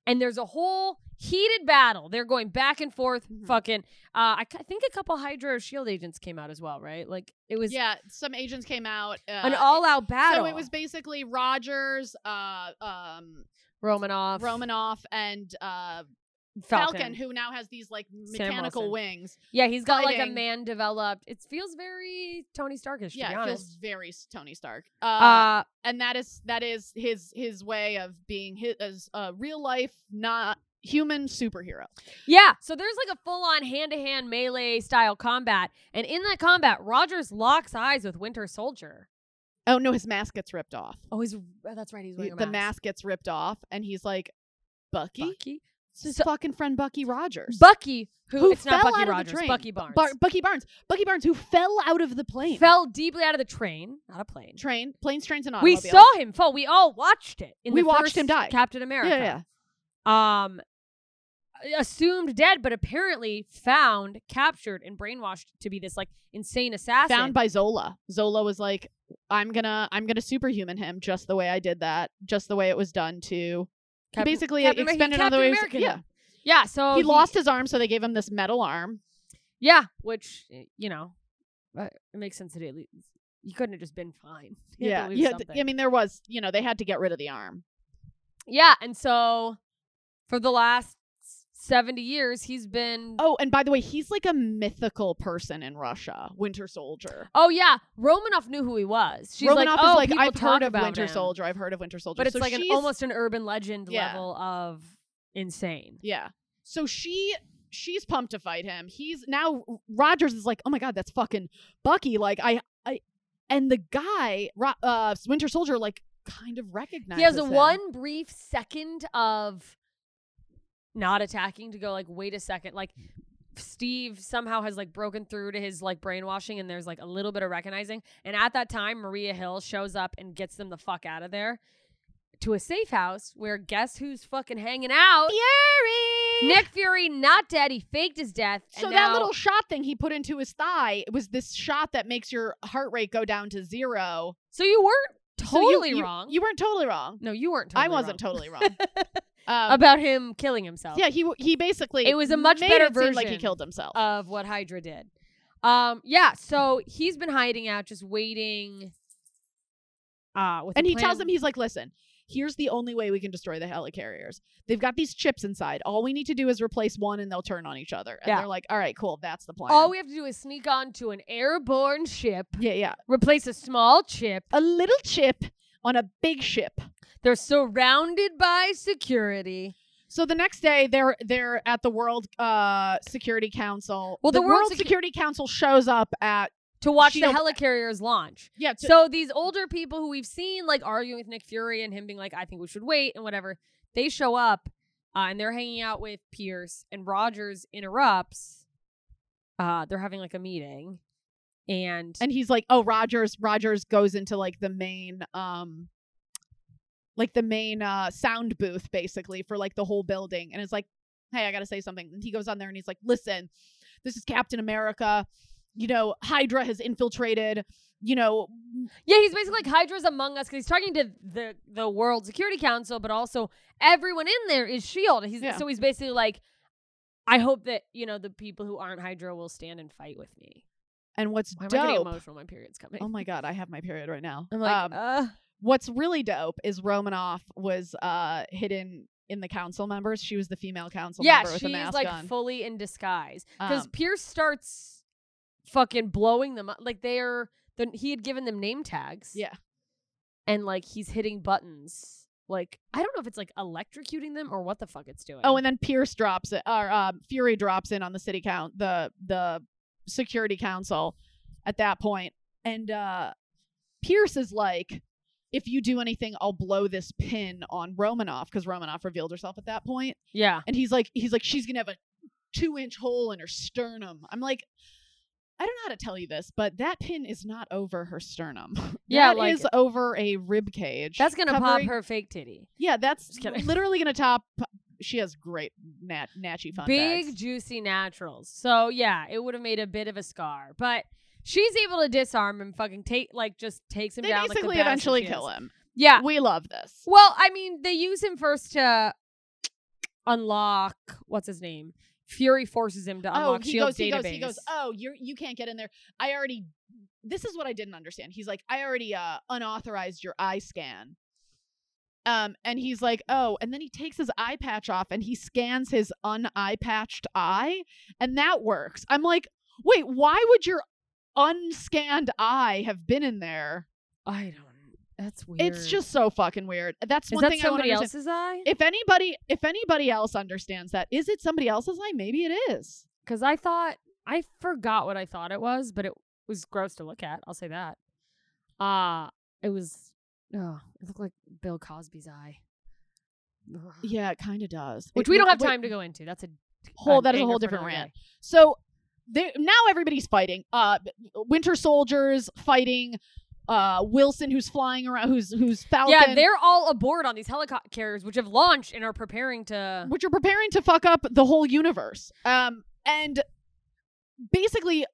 [SPEAKER 1] And there's a whole heated battle. They're going back and forth,
[SPEAKER 2] Mhm.
[SPEAKER 1] fucking. Uh, I, c- I think a couple Hydra or Shield agents came out as well, right? Like it was
[SPEAKER 2] Yeah, some agents came out. Uh,
[SPEAKER 1] an all-out battle.
[SPEAKER 2] So it was basically Rogers, uh, um,
[SPEAKER 1] Romanoff,
[SPEAKER 2] Romanoff, and uh,
[SPEAKER 1] Falcon.
[SPEAKER 2] Falcon. who now has these like
[SPEAKER 1] Wilson.
[SPEAKER 2] mechanical wings.
[SPEAKER 1] Yeah, he's got like a
[SPEAKER 2] fighting.
[SPEAKER 1] man developed. It feels very Tony Starkish. To be
[SPEAKER 2] Yeah, it
[SPEAKER 1] honest.
[SPEAKER 2] feels very Tony Stark.
[SPEAKER 1] uh,
[SPEAKER 2] uh, and that is that is his his way of being his as a real life not human superhero.
[SPEAKER 1] yeah. So there's like a full-on hand-to-hand melee style combat, and in that combat, Rogers locks eyes with Winter Soldier.
[SPEAKER 2] Oh no, his mask gets ripped off.
[SPEAKER 1] Oh, he's oh, that's right. He's
[SPEAKER 2] The
[SPEAKER 1] wearing a
[SPEAKER 2] mask. gets ripped off, and he's like, "Bucky,
[SPEAKER 1] Bucky.
[SPEAKER 2] it's his
[SPEAKER 1] So-
[SPEAKER 2] fucking friend Bucky Rogers,
[SPEAKER 1] Bucky, who,
[SPEAKER 2] Who
[SPEAKER 1] it's not
[SPEAKER 2] fell
[SPEAKER 1] Bucky
[SPEAKER 2] out of the
[SPEAKER 1] Rogers,
[SPEAKER 2] train.
[SPEAKER 1] Bucky Barnes,
[SPEAKER 2] Bar- Bucky Barnes, Bucky Barnes, who fell out of the plane,
[SPEAKER 1] fell deeply out of the train, not a plane.
[SPEAKER 2] train, planes, trains, and
[SPEAKER 1] we
[SPEAKER 2] automobiles.
[SPEAKER 1] saw him fall. We all watched it. In
[SPEAKER 2] We
[SPEAKER 1] the
[SPEAKER 2] watched him
[SPEAKER 1] first
[SPEAKER 2] die.
[SPEAKER 1] Captain
[SPEAKER 2] Yeah,
[SPEAKER 1] America.
[SPEAKER 2] yeah, yeah.
[SPEAKER 1] um assumed dead but apparently found captured and brainwashed to be this like insane assassin
[SPEAKER 2] found by Zola. Zola was like, "I'm gonna, I'm gonna superhuman him, just the way I did that, just the way it was done to."
[SPEAKER 1] Captain-
[SPEAKER 2] basically
[SPEAKER 1] Captain Amer- he
[SPEAKER 2] expended another
[SPEAKER 1] Captain
[SPEAKER 2] way.
[SPEAKER 1] American Oh,
[SPEAKER 2] Yeah,
[SPEAKER 1] him. yeah so
[SPEAKER 2] he lost his arm, so they gave him this metal arm.
[SPEAKER 1] yeah which eh, you know uh, it makes sense that at least you couldn't have just been fine You had
[SPEAKER 2] yeah,
[SPEAKER 1] to lose
[SPEAKER 2] yeah. th-
[SPEAKER 1] something.
[SPEAKER 2] I mean, there was, you know, they had to get rid of the arm.
[SPEAKER 1] yeah and so for the last 70 years he's been
[SPEAKER 2] Oh, and by the way, he's like a mythical person in Russia, Winter Soldier.
[SPEAKER 1] Oh, yeah romanoff knew who he was she's
[SPEAKER 2] Romanoff
[SPEAKER 1] like oh
[SPEAKER 2] is like,
[SPEAKER 1] people
[SPEAKER 2] I've
[SPEAKER 1] talk
[SPEAKER 2] heard of
[SPEAKER 1] about
[SPEAKER 2] Winter
[SPEAKER 1] him."
[SPEAKER 2] Soldier. I've heard of Winter Soldier.
[SPEAKER 1] but it's
[SPEAKER 2] So
[SPEAKER 1] like an
[SPEAKER 2] she's-
[SPEAKER 1] almost an urban legend
[SPEAKER 2] Yeah.
[SPEAKER 1] level of insane
[SPEAKER 2] yeah. So she she's pumped to fight him. He's now Rogers is like, oh my god, that's fucking Bucky. Like I I and the guy, Ro- uh, Winter Soldier, like kind of recognizes.
[SPEAKER 1] He has a
[SPEAKER 2] him.
[SPEAKER 1] one brief second of not attacking to go like, wait a second, like Steve somehow has like broken through to his like brainwashing and there's like a little bit of recognizing. And at that time, Maria Hill shows up and gets them the fuck out of there to a safe house where guess who's fucking hanging out?
[SPEAKER 2] Fury.
[SPEAKER 1] Nick Fury, not dead. He faked his death. and
[SPEAKER 2] So that
[SPEAKER 1] now-
[SPEAKER 2] little shot thing he put into his thigh was this shot that makes your heart rate go down to zero.
[SPEAKER 1] So you weren't
[SPEAKER 2] So you-
[SPEAKER 1] totally
[SPEAKER 2] you-
[SPEAKER 1] wrong.
[SPEAKER 2] You weren't totally wrong.
[SPEAKER 1] no, you weren't.
[SPEAKER 2] I
[SPEAKER 1] Totally
[SPEAKER 2] wasn't
[SPEAKER 1] wrong.
[SPEAKER 2] totally wrong. Um,
[SPEAKER 1] about him killing himself.
[SPEAKER 2] yeah, he w- he basically
[SPEAKER 1] It was a much
[SPEAKER 2] made
[SPEAKER 1] better
[SPEAKER 2] it seem like he
[SPEAKER 1] version
[SPEAKER 2] killed himself.
[SPEAKER 1] of what Hydra did. Um, yeah, so he's been hiding out, just waiting. Uh, with a
[SPEAKER 2] and he tells
[SPEAKER 1] plan-
[SPEAKER 2] them he's like, "Listen, here's the only way we can destroy the helicarriers. They've got these chips inside. All we need to do is replace one, and they'll turn on each other." And
[SPEAKER 1] Yeah.
[SPEAKER 2] they're like, "All right, cool. That's the plan."
[SPEAKER 1] all we have to do is sneak onto an airborne ship,
[SPEAKER 2] yeah, yeah.
[SPEAKER 1] replace a small chip.
[SPEAKER 2] A little chip on a big ship.
[SPEAKER 1] They're surrounded by security.
[SPEAKER 2] So the next day, they're they're at the World uh, Security Council.
[SPEAKER 1] Well, the
[SPEAKER 2] World
[SPEAKER 1] World Secu-
[SPEAKER 2] Security Council shows up at
[SPEAKER 1] to watch
[SPEAKER 2] Shield-
[SPEAKER 1] the helicarriers launch.
[SPEAKER 2] yeah. to-
[SPEAKER 1] So these older people who we've seen like arguing with Nick Fury and him being like, I think we should wait and whatever, they show up uh, and they're hanging out with Pierce and Rogers interrupts. Uh, they're having like a meeting and,
[SPEAKER 2] and he's like, "Oh, Rogers." Rogers goes into like the main um, like the main uh sound booth basically for like the whole building, and it's like, "Hey, I gotta say something." And he goes on there and he's like, "Listen, this is Captain America. You know, Hydra has infiltrated. You know,
[SPEAKER 1] yeah, he's basically like Hydra's among us because he's talking to the the World Security Council, but also everyone in there is Shield. E He's
[SPEAKER 2] Yeah.
[SPEAKER 1] so he's basically like, I hope that you know the people who aren't Hydra will stand and fight with me.
[SPEAKER 2] and what's
[SPEAKER 1] Why am I getting
[SPEAKER 2] dope?
[SPEAKER 1] emotional? My period's coming.
[SPEAKER 2] Oh my god, I have my period right now.
[SPEAKER 1] I'm like,
[SPEAKER 2] Um,
[SPEAKER 1] uh,
[SPEAKER 2] what's really dope is Romanoff was uh hidden in the council members. She was the female council
[SPEAKER 1] yeah,
[SPEAKER 2] member with a
[SPEAKER 1] she's
[SPEAKER 2] mask
[SPEAKER 1] like
[SPEAKER 2] on.
[SPEAKER 1] fully in disguise because
[SPEAKER 2] Um,
[SPEAKER 1] Pierce starts fucking blowing them up. Like they're the, he had given them name tags.
[SPEAKER 2] Yeah.
[SPEAKER 1] and like he's hitting buttons. Like I don't know if it's like electrocuting them or what the fuck it's doing.
[SPEAKER 2] oh, and then Pierce drops it, or um, Fury drops in on the city count, the the security council at that point, and uh Pierce is like. If you do anything, I'll blow this pin on Romanoff because Romanoff revealed herself at that point,
[SPEAKER 1] yeah,
[SPEAKER 2] and he's like, he's like, she's gonna have a two-inch hole in her sternum. I'm like, I don't know how to tell you this, but that pin is not over her sternum.
[SPEAKER 1] yeah,
[SPEAKER 2] That
[SPEAKER 1] like
[SPEAKER 2] is over a rib cage.
[SPEAKER 1] that's gonna
[SPEAKER 2] covering-
[SPEAKER 1] pop her fake titty.
[SPEAKER 2] Yeah, that's
[SPEAKER 1] Just kidding.
[SPEAKER 2] literally gonna top. She has great nat natchy fun
[SPEAKER 1] Big
[SPEAKER 2] bags.
[SPEAKER 1] juicy naturals. So yeah, it would have made a bit of a scar, but she's able to disarm him. Fucking take like just takes him
[SPEAKER 2] They
[SPEAKER 1] down.
[SPEAKER 2] basically
[SPEAKER 1] like, the
[SPEAKER 2] eventually kill him.
[SPEAKER 1] Yeah,
[SPEAKER 2] We love this.
[SPEAKER 1] Well, I mean, they use him first to unlock what's his name. Fury forces him to
[SPEAKER 2] Oh,
[SPEAKER 1] unlock
[SPEAKER 2] he
[SPEAKER 1] Shield's
[SPEAKER 2] goes. He goes.
[SPEAKER 1] E database.
[SPEAKER 2] He goes. Oh, you you can't get in there. I already. This is what I didn't understand. He's like, I already uh, unauthorized your eye scan. Um, and he's like, oh, and then he takes his eye patch off and he scans his un eye patched eye, and that works. I'm like, wait, why would your unscanned eye have been in there?
[SPEAKER 1] I don't. That's weird.
[SPEAKER 2] "Oh." It's just so fucking weird. That's
[SPEAKER 1] is
[SPEAKER 2] one
[SPEAKER 1] that
[SPEAKER 2] thing I want
[SPEAKER 1] somebody
[SPEAKER 2] to
[SPEAKER 1] else's eye?
[SPEAKER 2] If anybody, if anybody else understands that, is it somebody else's eye? Maybe it is.
[SPEAKER 1] Because I thought I forgot what I thought it was, but it was gross to look at. I'll say that. Uh it was. Oh, it looked like Bill Cosby's eye. Ugh.
[SPEAKER 2] Yeah, it kind of does.
[SPEAKER 1] Which
[SPEAKER 2] It
[SPEAKER 1] we don't
[SPEAKER 2] look-
[SPEAKER 1] have
[SPEAKER 2] wait,
[SPEAKER 1] time to go into. That's a
[SPEAKER 2] Whole
[SPEAKER 1] an
[SPEAKER 2] that is a
[SPEAKER 1] anger
[SPEAKER 2] whole
[SPEAKER 1] for
[SPEAKER 2] different
[SPEAKER 1] another
[SPEAKER 2] rant.
[SPEAKER 1] day.
[SPEAKER 2] So there now everybody's fighting. Uh, Winter Soldiers fighting. Uh, Wilson who's flying around, who's who's Falcon.
[SPEAKER 1] Yeah, they're all aboard on these helicopters, which have launched and are preparing to.
[SPEAKER 2] which are preparing to fuck up the whole universe. Um, and basically,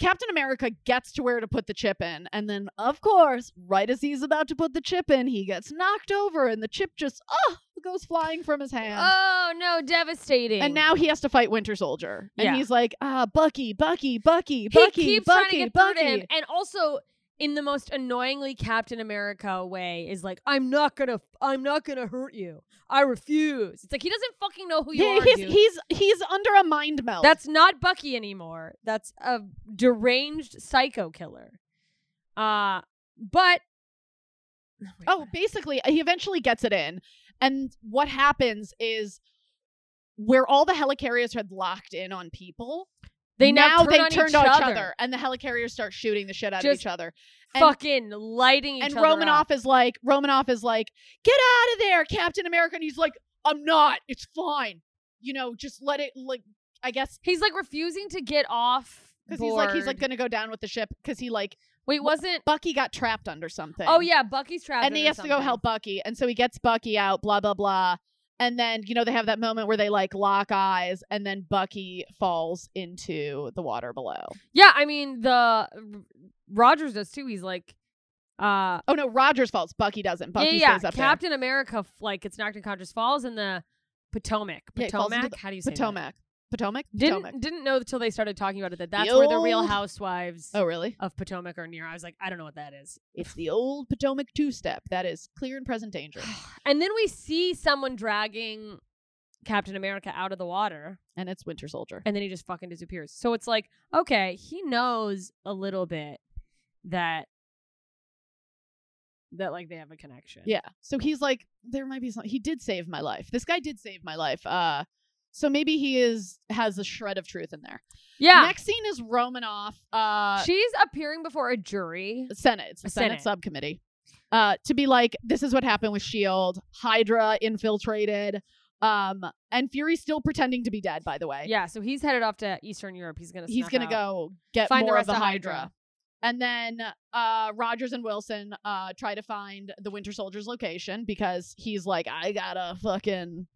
[SPEAKER 2] Captain America gets to where to put the chip in, and then of course, right as he's about to put the chip in, he gets knocked over, and the chip just oh goes flying from his hand.
[SPEAKER 1] Oh no, devastating!
[SPEAKER 2] and now he has to fight Winter Soldier, and
[SPEAKER 1] Yeah.
[SPEAKER 2] he's like, "Ah, Bucky, Bucky, Bucky,
[SPEAKER 1] he
[SPEAKER 2] Bucky,
[SPEAKER 1] keeps trying to
[SPEAKER 2] Bucky,
[SPEAKER 1] get through
[SPEAKER 2] Bucky."
[SPEAKER 1] to him, and also in the most annoyingly Captain America way is like, "I'm not gonna, I'm not gonna hurt you. I refuse." It's like he doesn't fucking know who you
[SPEAKER 2] Yeah,
[SPEAKER 1] are.
[SPEAKER 2] he's
[SPEAKER 1] dude.
[SPEAKER 2] he's he's under a mind melt.
[SPEAKER 1] That's not Bucky anymore. That's a deranged psycho killer. Uh but oh, my
[SPEAKER 2] Oh,
[SPEAKER 1] God.
[SPEAKER 2] basically, he eventually gets it in. And what happens is where all the helicarriers had locked in on people,
[SPEAKER 1] they now, turn
[SPEAKER 2] they
[SPEAKER 1] on
[SPEAKER 2] turned
[SPEAKER 1] each,
[SPEAKER 2] on
[SPEAKER 1] other,
[SPEAKER 2] and the helicarriers start shooting the shit out of
[SPEAKER 1] Just
[SPEAKER 2] each other. and-
[SPEAKER 1] fucking lighting each
[SPEAKER 2] And
[SPEAKER 1] other up.
[SPEAKER 2] Romanoff is like, Romanoff is like, get out of there, Captain America. And he's like, I'm not. It's fine. You know, just let it. Like, I guess
[SPEAKER 1] He's like refusing to get off
[SPEAKER 2] because he's like, he's like
[SPEAKER 1] board.
[SPEAKER 2] gonna go down with the ship because he like
[SPEAKER 1] Wait, wasn't?
[SPEAKER 2] Bucky got trapped under something.
[SPEAKER 1] Oh yeah, Bucky's trapped.
[SPEAKER 2] and he
[SPEAKER 1] under
[SPEAKER 2] has to go
[SPEAKER 1] something.
[SPEAKER 2] help Bucky, and so he gets Bucky out. Blah blah blah. And then you know they have that moment where they like lock eyes, and then Bucky falls into the water below.
[SPEAKER 1] Yeah, I mean the Rogers does too. He's like, Uh,
[SPEAKER 2] Oh no, Roger's fault. Bucky doesn't. Bucky
[SPEAKER 1] yeah, yeah.
[SPEAKER 2] stays up
[SPEAKER 1] Captain America f- like gets knocked in Contra Falls in the Potomac.
[SPEAKER 2] Yeah, he falls into
[SPEAKER 1] Potomac.
[SPEAKER 2] the-
[SPEAKER 1] How do you say
[SPEAKER 2] there.
[SPEAKER 1] that?
[SPEAKER 2] Potomac. Potomac.
[SPEAKER 1] Didn't
[SPEAKER 2] Potomac.
[SPEAKER 1] didn't know until they started talking about it that that's where the Real
[SPEAKER 2] old-
[SPEAKER 1] Housewives
[SPEAKER 2] Oh really?
[SPEAKER 1] of Potomac are near. I was like, I don't know what that is.
[SPEAKER 2] It's the old Potomac two-step. That is clear and present danger.
[SPEAKER 1] And then we see someone dragging Captain America out of the water,
[SPEAKER 2] and it's Winter Soldier.
[SPEAKER 1] and then he just fucking disappears. So it's like, okay, he knows a little bit that that like they have a connection.
[SPEAKER 2] Yeah. So he's like, there might be something. He did save my life. This guy did save my life. Uh, so maybe he is has a shred of truth in there.
[SPEAKER 1] yeah.
[SPEAKER 2] Next scene is Romanoff. Uh,
[SPEAKER 1] She's appearing before a jury.
[SPEAKER 2] Senate. It's the
[SPEAKER 1] A
[SPEAKER 2] Senate,
[SPEAKER 1] Senate.
[SPEAKER 2] subcommittee. Uh, to be like, this is what happened with Shield. E Hydra infiltrated. Um, and Fury's still pretending to be dead. By the way,
[SPEAKER 1] Yeah, so he's headed off to Eastern Europe. He's gonna
[SPEAKER 2] he's
[SPEAKER 1] snuff
[SPEAKER 2] gonna
[SPEAKER 1] out.
[SPEAKER 2] go get
[SPEAKER 1] Find the
[SPEAKER 2] more
[SPEAKER 1] rest
[SPEAKER 2] of the
[SPEAKER 1] of
[SPEAKER 2] Hydra.
[SPEAKER 1] Hydra.
[SPEAKER 2] And then uh, Rogers and Wilson uh, try to find the Winter Soldier's location because he's like, I gotta fucking,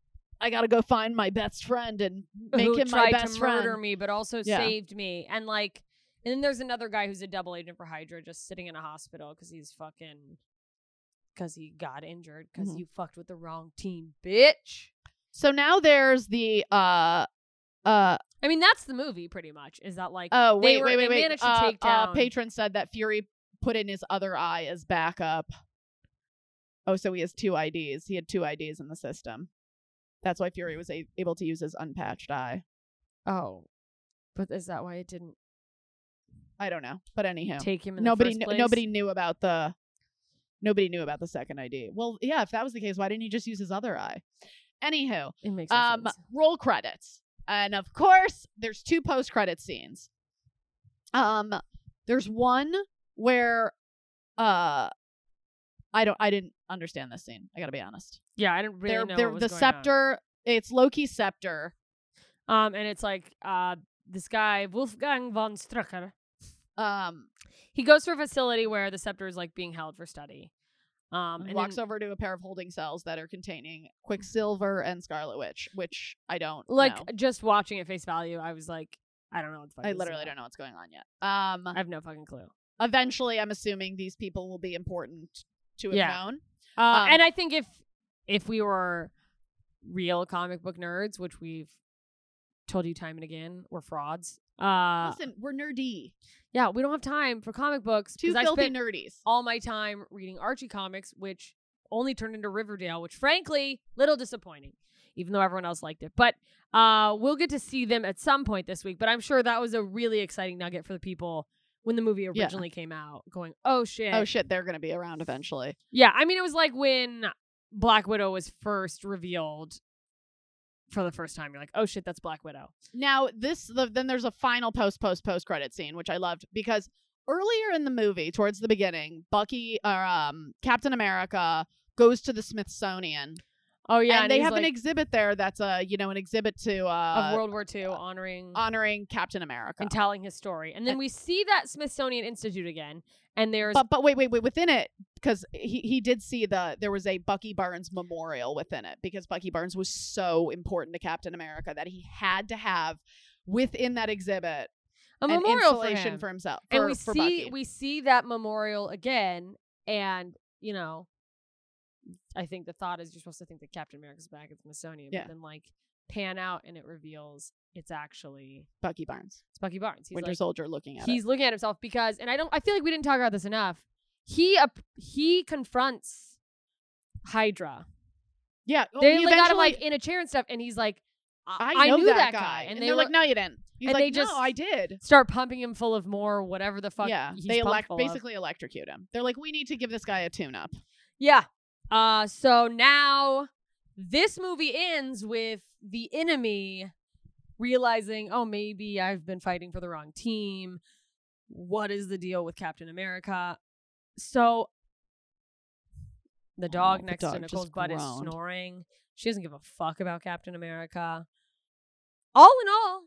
[SPEAKER 2] I gotta go find my best friend and make
[SPEAKER 1] who
[SPEAKER 2] him my
[SPEAKER 1] tried
[SPEAKER 2] best
[SPEAKER 1] to
[SPEAKER 2] friend.
[SPEAKER 1] murder me, but also
[SPEAKER 2] Yeah.
[SPEAKER 1] saved me. And like, and then there's another guy who's a double agent for Hydra, just sitting in a hospital because he's fucking, because he got injured because
[SPEAKER 2] Mhm.
[SPEAKER 1] you fucked with the wrong team, bitch.
[SPEAKER 2] So now there's the uh, uh,
[SPEAKER 1] I mean, that's the movie pretty much. Is that like?
[SPEAKER 2] oh
[SPEAKER 1] They
[SPEAKER 2] wait,
[SPEAKER 1] were-
[SPEAKER 2] wait,
[SPEAKER 1] they
[SPEAKER 2] wait, wait.
[SPEAKER 1] managed to
[SPEAKER 2] uh,
[SPEAKER 1] take
[SPEAKER 2] uh,
[SPEAKER 1] down-
[SPEAKER 2] patron said that Fury put in his other eye as backup. Oh, so he has two IDs. He had two IDs in the system. That's why Fury was a- able to use his unpatched eye.
[SPEAKER 1] oh, but is that why it didn't
[SPEAKER 2] I don't know. But anyhow,
[SPEAKER 1] take him? In
[SPEAKER 2] nobody
[SPEAKER 1] the
[SPEAKER 2] kn-
[SPEAKER 1] first place?
[SPEAKER 2] nobody knew about the nobody knew about the second ID. Well, yeah, if that was the case, why didn't he just use his other eye? Anywho,
[SPEAKER 1] It makes no
[SPEAKER 2] um,
[SPEAKER 1] sense.
[SPEAKER 2] roll credits, and of course, there's two post credit scenes. Um, there's one where, uh, I don't, I didn't understand this scene. I gotta be honest.
[SPEAKER 1] Yeah, I didn't really
[SPEAKER 2] They're-
[SPEAKER 1] know
[SPEAKER 2] they're-
[SPEAKER 1] what was
[SPEAKER 2] the
[SPEAKER 1] going on.
[SPEAKER 2] scepter. It's Loki's scepter.
[SPEAKER 1] Um, and it's like uh, this guy Wolfgang von Strucker.
[SPEAKER 2] Um,
[SPEAKER 1] He goes to a facility where the scepter is like being held for study. Um, and
[SPEAKER 2] walks
[SPEAKER 1] then- Hmm.
[SPEAKER 2] over to a pair of holding cells that are containing Quicksilver and Scarlet Witch, which I don't
[SPEAKER 1] like
[SPEAKER 2] know.
[SPEAKER 1] just watching at face value, I was like, I don't know. What the fuck
[SPEAKER 2] I
[SPEAKER 1] this is
[SPEAKER 2] literally don't
[SPEAKER 1] about.
[SPEAKER 2] know what's going on yet. Um,
[SPEAKER 1] I have no fucking clue.
[SPEAKER 2] eventually, I'm assuming these people will be important to have
[SPEAKER 1] Yeah.
[SPEAKER 2] known.
[SPEAKER 1] Uh,
[SPEAKER 2] Um,
[SPEAKER 1] and I think if if we were real comic book nerds, which we've told you time and again, we're frauds. Uh,
[SPEAKER 2] Listen, we're nerdy,
[SPEAKER 1] yeah, we don't have time for comic books
[SPEAKER 2] two
[SPEAKER 1] because I
[SPEAKER 2] filthy
[SPEAKER 1] spent Oh,
[SPEAKER 2] nerdies.
[SPEAKER 1] all my time reading Archie comics, which only turned into Riverdale, which frankly, little disappointing, even though everyone else liked it. But uh, we'll get to see them at some point this week. But I'm sure that was a really exciting nugget for the people when the movie
[SPEAKER 2] Yeah.
[SPEAKER 1] originally came out, going, "Oh shit!"
[SPEAKER 2] Oh shit, they're gonna be around eventually.
[SPEAKER 1] yeah, I mean, it was like when Black Widow was first revealed for the first time. You're like, "Oh shit, that's Black Widow."
[SPEAKER 2] Now, this the, then there's a final post post post credit scene, which I loved because earlier in the movie, towards the beginning, Bucky or um, Captain America goes to the Smithsonian
[SPEAKER 1] Oh yeah,
[SPEAKER 2] and, they
[SPEAKER 1] he's
[SPEAKER 2] have an
[SPEAKER 1] like,
[SPEAKER 2] exhibit there that's a you know an exhibit to
[SPEAKER 1] of
[SPEAKER 2] uh
[SPEAKER 1] World War II honoring
[SPEAKER 2] honoring Captain America.
[SPEAKER 1] and telling his story, and then
[SPEAKER 2] And-
[SPEAKER 1] we see that Smithsonian Institute again, and there's
[SPEAKER 2] but but wait wait wait within it because he he did see the there was a Bucky Barnes memorial within it because Bucky Barnes was so important to Captain America that he had to have within that exhibit
[SPEAKER 1] a
[SPEAKER 2] an
[SPEAKER 1] memorial for
[SPEAKER 2] installation
[SPEAKER 1] him.
[SPEAKER 2] for himself
[SPEAKER 1] and
[SPEAKER 2] for-
[SPEAKER 1] we
[SPEAKER 2] for
[SPEAKER 1] see
[SPEAKER 2] Bucky.
[SPEAKER 1] we see that memorial again and you know i think the thought is you're supposed to think that captain america's back at the smithsonian
[SPEAKER 2] Yeah.
[SPEAKER 1] but then like pan out and it reveals it's actually
[SPEAKER 2] Bucky Barnes
[SPEAKER 1] it's bucky barnes he's
[SPEAKER 2] Winter
[SPEAKER 1] like,
[SPEAKER 2] Soldier looking at
[SPEAKER 1] he's
[SPEAKER 2] it.
[SPEAKER 1] looking at himself because and i don't i feel like we didn't talk about this enough he up he confronts hydra
[SPEAKER 2] yeah well,
[SPEAKER 1] they
[SPEAKER 2] he
[SPEAKER 1] like, got him
[SPEAKER 2] eventually-
[SPEAKER 1] like in a chair and stuff and he's like i,
[SPEAKER 2] I, know
[SPEAKER 1] knew
[SPEAKER 2] that,
[SPEAKER 1] guy.
[SPEAKER 2] guy
[SPEAKER 1] and,
[SPEAKER 2] they're
[SPEAKER 1] were-
[SPEAKER 2] like no you didn't he's
[SPEAKER 1] and
[SPEAKER 2] like
[SPEAKER 1] they just-
[SPEAKER 2] no I did
[SPEAKER 1] start pumping him full of more whatever the fuck
[SPEAKER 2] yeah
[SPEAKER 1] he's
[SPEAKER 2] they
[SPEAKER 1] pumped
[SPEAKER 2] elect
[SPEAKER 1] full of.
[SPEAKER 2] basically electrocute him they're like we need to give this guy a tune up
[SPEAKER 1] Yeah. Uh so now this movie ends with the enemy realizing, "Oh, maybe I've been fighting for the wrong team. What is the deal with Captain America?" So the dog
[SPEAKER 2] Oh, the
[SPEAKER 1] next
[SPEAKER 2] dog
[SPEAKER 1] to
[SPEAKER 2] just
[SPEAKER 1] Nicole's butt is
[SPEAKER 2] groaned.
[SPEAKER 1] snoring. She doesn't give a fuck about Captain America. All in all,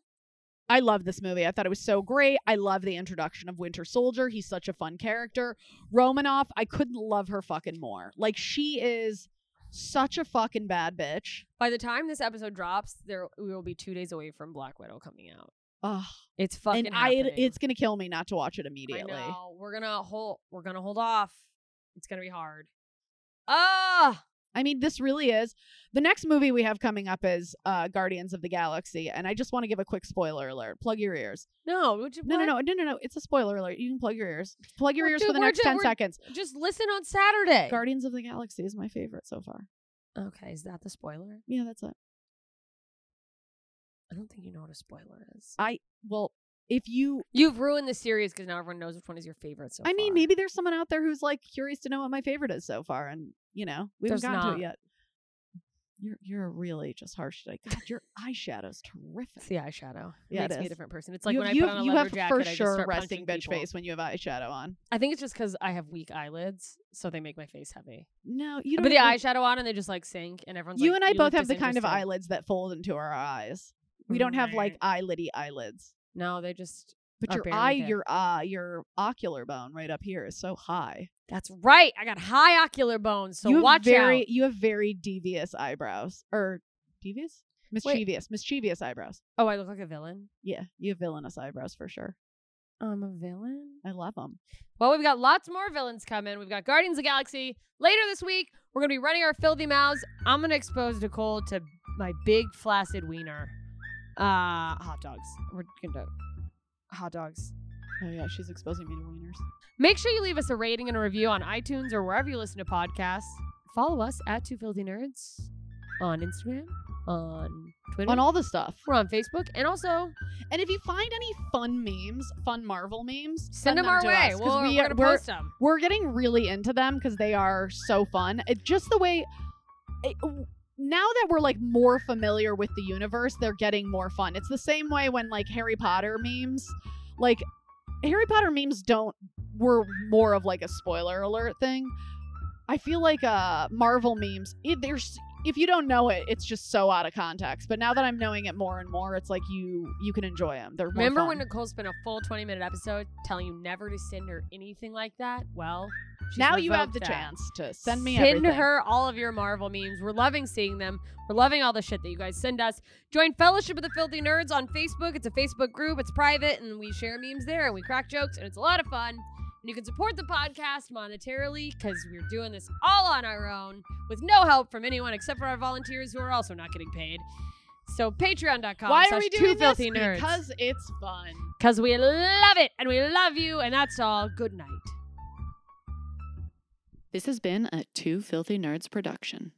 [SPEAKER 2] I love this movie. I thought it was so great. I love the introduction of Winter Soldier. He's such a fun character. Romanoff, I couldn't love her fucking more. Like she is such a fucking bad bitch.
[SPEAKER 1] by the time this episode drops, there we will be 2 days away from Black Widow coming out.
[SPEAKER 2] Ugh.
[SPEAKER 1] It's fucking
[SPEAKER 2] And I
[SPEAKER 1] happening.
[SPEAKER 2] it's gonna kill me not to watch it
[SPEAKER 1] I
[SPEAKER 2] immediately.
[SPEAKER 1] know. We're gonna hold. We're gonna hold off It's gonna be hard. Ah,
[SPEAKER 2] I mean, this really is. The next movie we have coming up is uh, Guardians of the Galaxy, and I just want to give a quick spoiler alert. Plug your ears.
[SPEAKER 1] no, would you,
[SPEAKER 2] No,
[SPEAKER 1] what?
[SPEAKER 2] no, no, no, no, no. It's a spoiler alert. You can plug your ears. Plug your
[SPEAKER 1] Well,
[SPEAKER 2] ears
[SPEAKER 1] dude,
[SPEAKER 2] for the
[SPEAKER 1] we're
[SPEAKER 2] next
[SPEAKER 1] ju-
[SPEAKER 2] ten
[SPEAKER 1] we're-
[SPEAKER 2] seconds.
[SPEAKER 1] Just listen on Saturday.
[SPEAKER 2] Guardians of the Galaxy is my favorite so far.
[SPEAKER 1] okay, is that the spoiler?
[SPEAKER 2] Yeah, that's it.
[SPEAKER 1] I don't think you know what a spoiler is.
[SPEAKER 2] I well, if you,
[SPEAKER 1] You've ruined the series because now everyone knows which one is your favorite. So
[SPEAKER 2] I mean,
[SPEAKER 1] far.
[SPEAKER 2] maybe there's someone out there who's like curious to know what my favorite is so far, and you know, we
[SPEAKER 1] There's
[SPEAKER 2] haven't gotten to
[SPEAKER 1] not.
[SPEAKER 2] it yet. You're you're really just harsh today. God, your eyeshadow's terrific.
[SPEAKER 1] it's the eyeshadow. It
[SPEAKER 2] Yeah, it
[SPEAKER 1] makes me a
[SPEAKER 2] is.
[SPEAKER 1] different person. It's like
[SPEAKER 2] you,
[SPEAKER 1] when
[SPEAKER 2] have- you
[SPEAKER 1] I put
[SPEAKER 2] have-
[SPEAKER 1] on a
[SPEAKER 2] you
[SPEAKER 1] leather
[SPEAKER 2] have
[SPEAKER 1] jacket,
[SPEAKER 2] for
[SPEAKER 1] I just
[SPEAKER 2] sure
[SPEAKER 1] start punching
[SPEAKER 2] resting bitch
[SPEAKER 1] people.
[SPEAKER 2] face when you have eyeshadow on.
[SPEAKER 1] I think it's just because I have weak eyelids, so they make my face heavy.
[SPEAKER 2] No, you
[SPEAKER 1] I
[SPEAKER 2] don't.
[SPEAKER 1] put the
[SPEAKER 2] look-
[SPEAKER 1] eyeshadow on and they just like sink, and everyone's
[SPEAKER 2] you
[SPEAKER 1] like,
[SPEAKER 2] and I
[SPEAKER 1] look
[SPEAKER 2] both have the kind of
[SPEAKER 1] disinterested."
[SPEAKER 2] eyelids that fold into our eyes. We don't have like eyeliddy eyelids,
[SPEAKER 1] No, they just.
[SPEAKER 2] but
[SPEAKER 1] Up
[SPEAKER 2] your
[SPEAKER 1] here,
[SPEAKER 2] eye,
[SPEAKER 1] okay.
[SPEAKER 2] your eye, your ocular bone right up here is so high.
[SPEAKER 1] That's right. I got high ocular bones, so
[SPEAKER 2] you have
[SPEAKER 1] watch
[SPEAKER 2] very,
[SPEAKER 1] out.
[SPEAKER 2] You have very devious eyebrows, or devious, mischievous, mischievous eyebrows.
[SPEAKER 1] Oh, I look like a villain.
[SPEAKER 2] Yeah, you have villainous eyebrows for sure.
[SPEAKER 1] I'm a villain.
[SPEAKER 2] I love them.
[SPEAKER 1] Well, we've got lots more villains coming. We've got Guardians of the Galaxy later this week. We're gonna be running our filthy mouths. I'm gonna expose Nicole to my big flaccid wiener. Uh, hot dogs. We're gonna hot dogs.
[SPEAKER 2] Oh yeah, she's exposing me to wieners.
[SPEAKER 1] Make sure you leave us a rating and a review on iTunes or wherever you listen to podcasts. Follow us at Two Filthy Nerds on Instagram, on Twitter,
[SPEAKER 2] On all the stuff.
[SPEAKER 1] we're on Facebook, and also
[SPEAKER 2] And if you find any fun memes, fun Marvel memes,
[SPEAKER 1] send, them, our
[SPEAKER 2] to
[SPEAKER 1] way.
[SPEAKER 2] us, 'cause
[SPEAKER 1] We'll,
[SPEAKER 2] we
[SPEAKER 1] we
[SPEAKER 2] are-
[SPEAKER 1] are, gonna
[SPEAKER 2] we're-
[SPEAKER 1] post them.
[SPEAKER 2] we're getting really into them because they are so fun. It, just the way, it, w- now that we're like more familiar with the universe, they're getting more fun. It's the same way when like Harry Potter memes, like Harry Potter memes don't were more of like a spoiler alert thing. I feel like uh Marvel memes, it, there's if you don't know it, it's just so out of context. But now that I'm knowing it more and more, it's like you you can enjoy them. They're more
[SPEAKER 1] Remember
[SPEAKER 2] fun.
[SPEAKER 1] when Nicole spent a full 20 minute episode telling you never to send her anything like that? Well, she's
[SPEAKER 2] now you have
[SPEAKER 1] revoked
[SPEAKER 2] the
[SPEAKER 1] that.
[SPEAKER 2] chance to send me
[SPEAKER 1] send
[SPEAKER 2] everything.
[SPEAKER 1] her all of your Marvel memes. We're loving seeing them. We're loving all the shit that you guys send us. Join Fellowship of the Filthy Nerds on Facebook. It's a Facebook group. It's private, and we share memes there, and we crack jokes, and it's a lot of fun. And you can support the podcast monetarily because we're doing this all on our own with no help from anyone except for our volunteers who are also not getting paid. So patreon.com.
[SPEAKER 2] Why are
[SPEAKER 1] slash
[SPEAKER 2] we
[SPEAKER 1] Two
[SPEAKER 2] doing this?
[SPEAKER 1] filthy nerds.
[SPEAKER 2] Because it's fun.
[SPEAKER 1] Because we love it and we love you, and that's all. Good night.
[SPEAKER 3] This has been a Two Filthy Nerds production.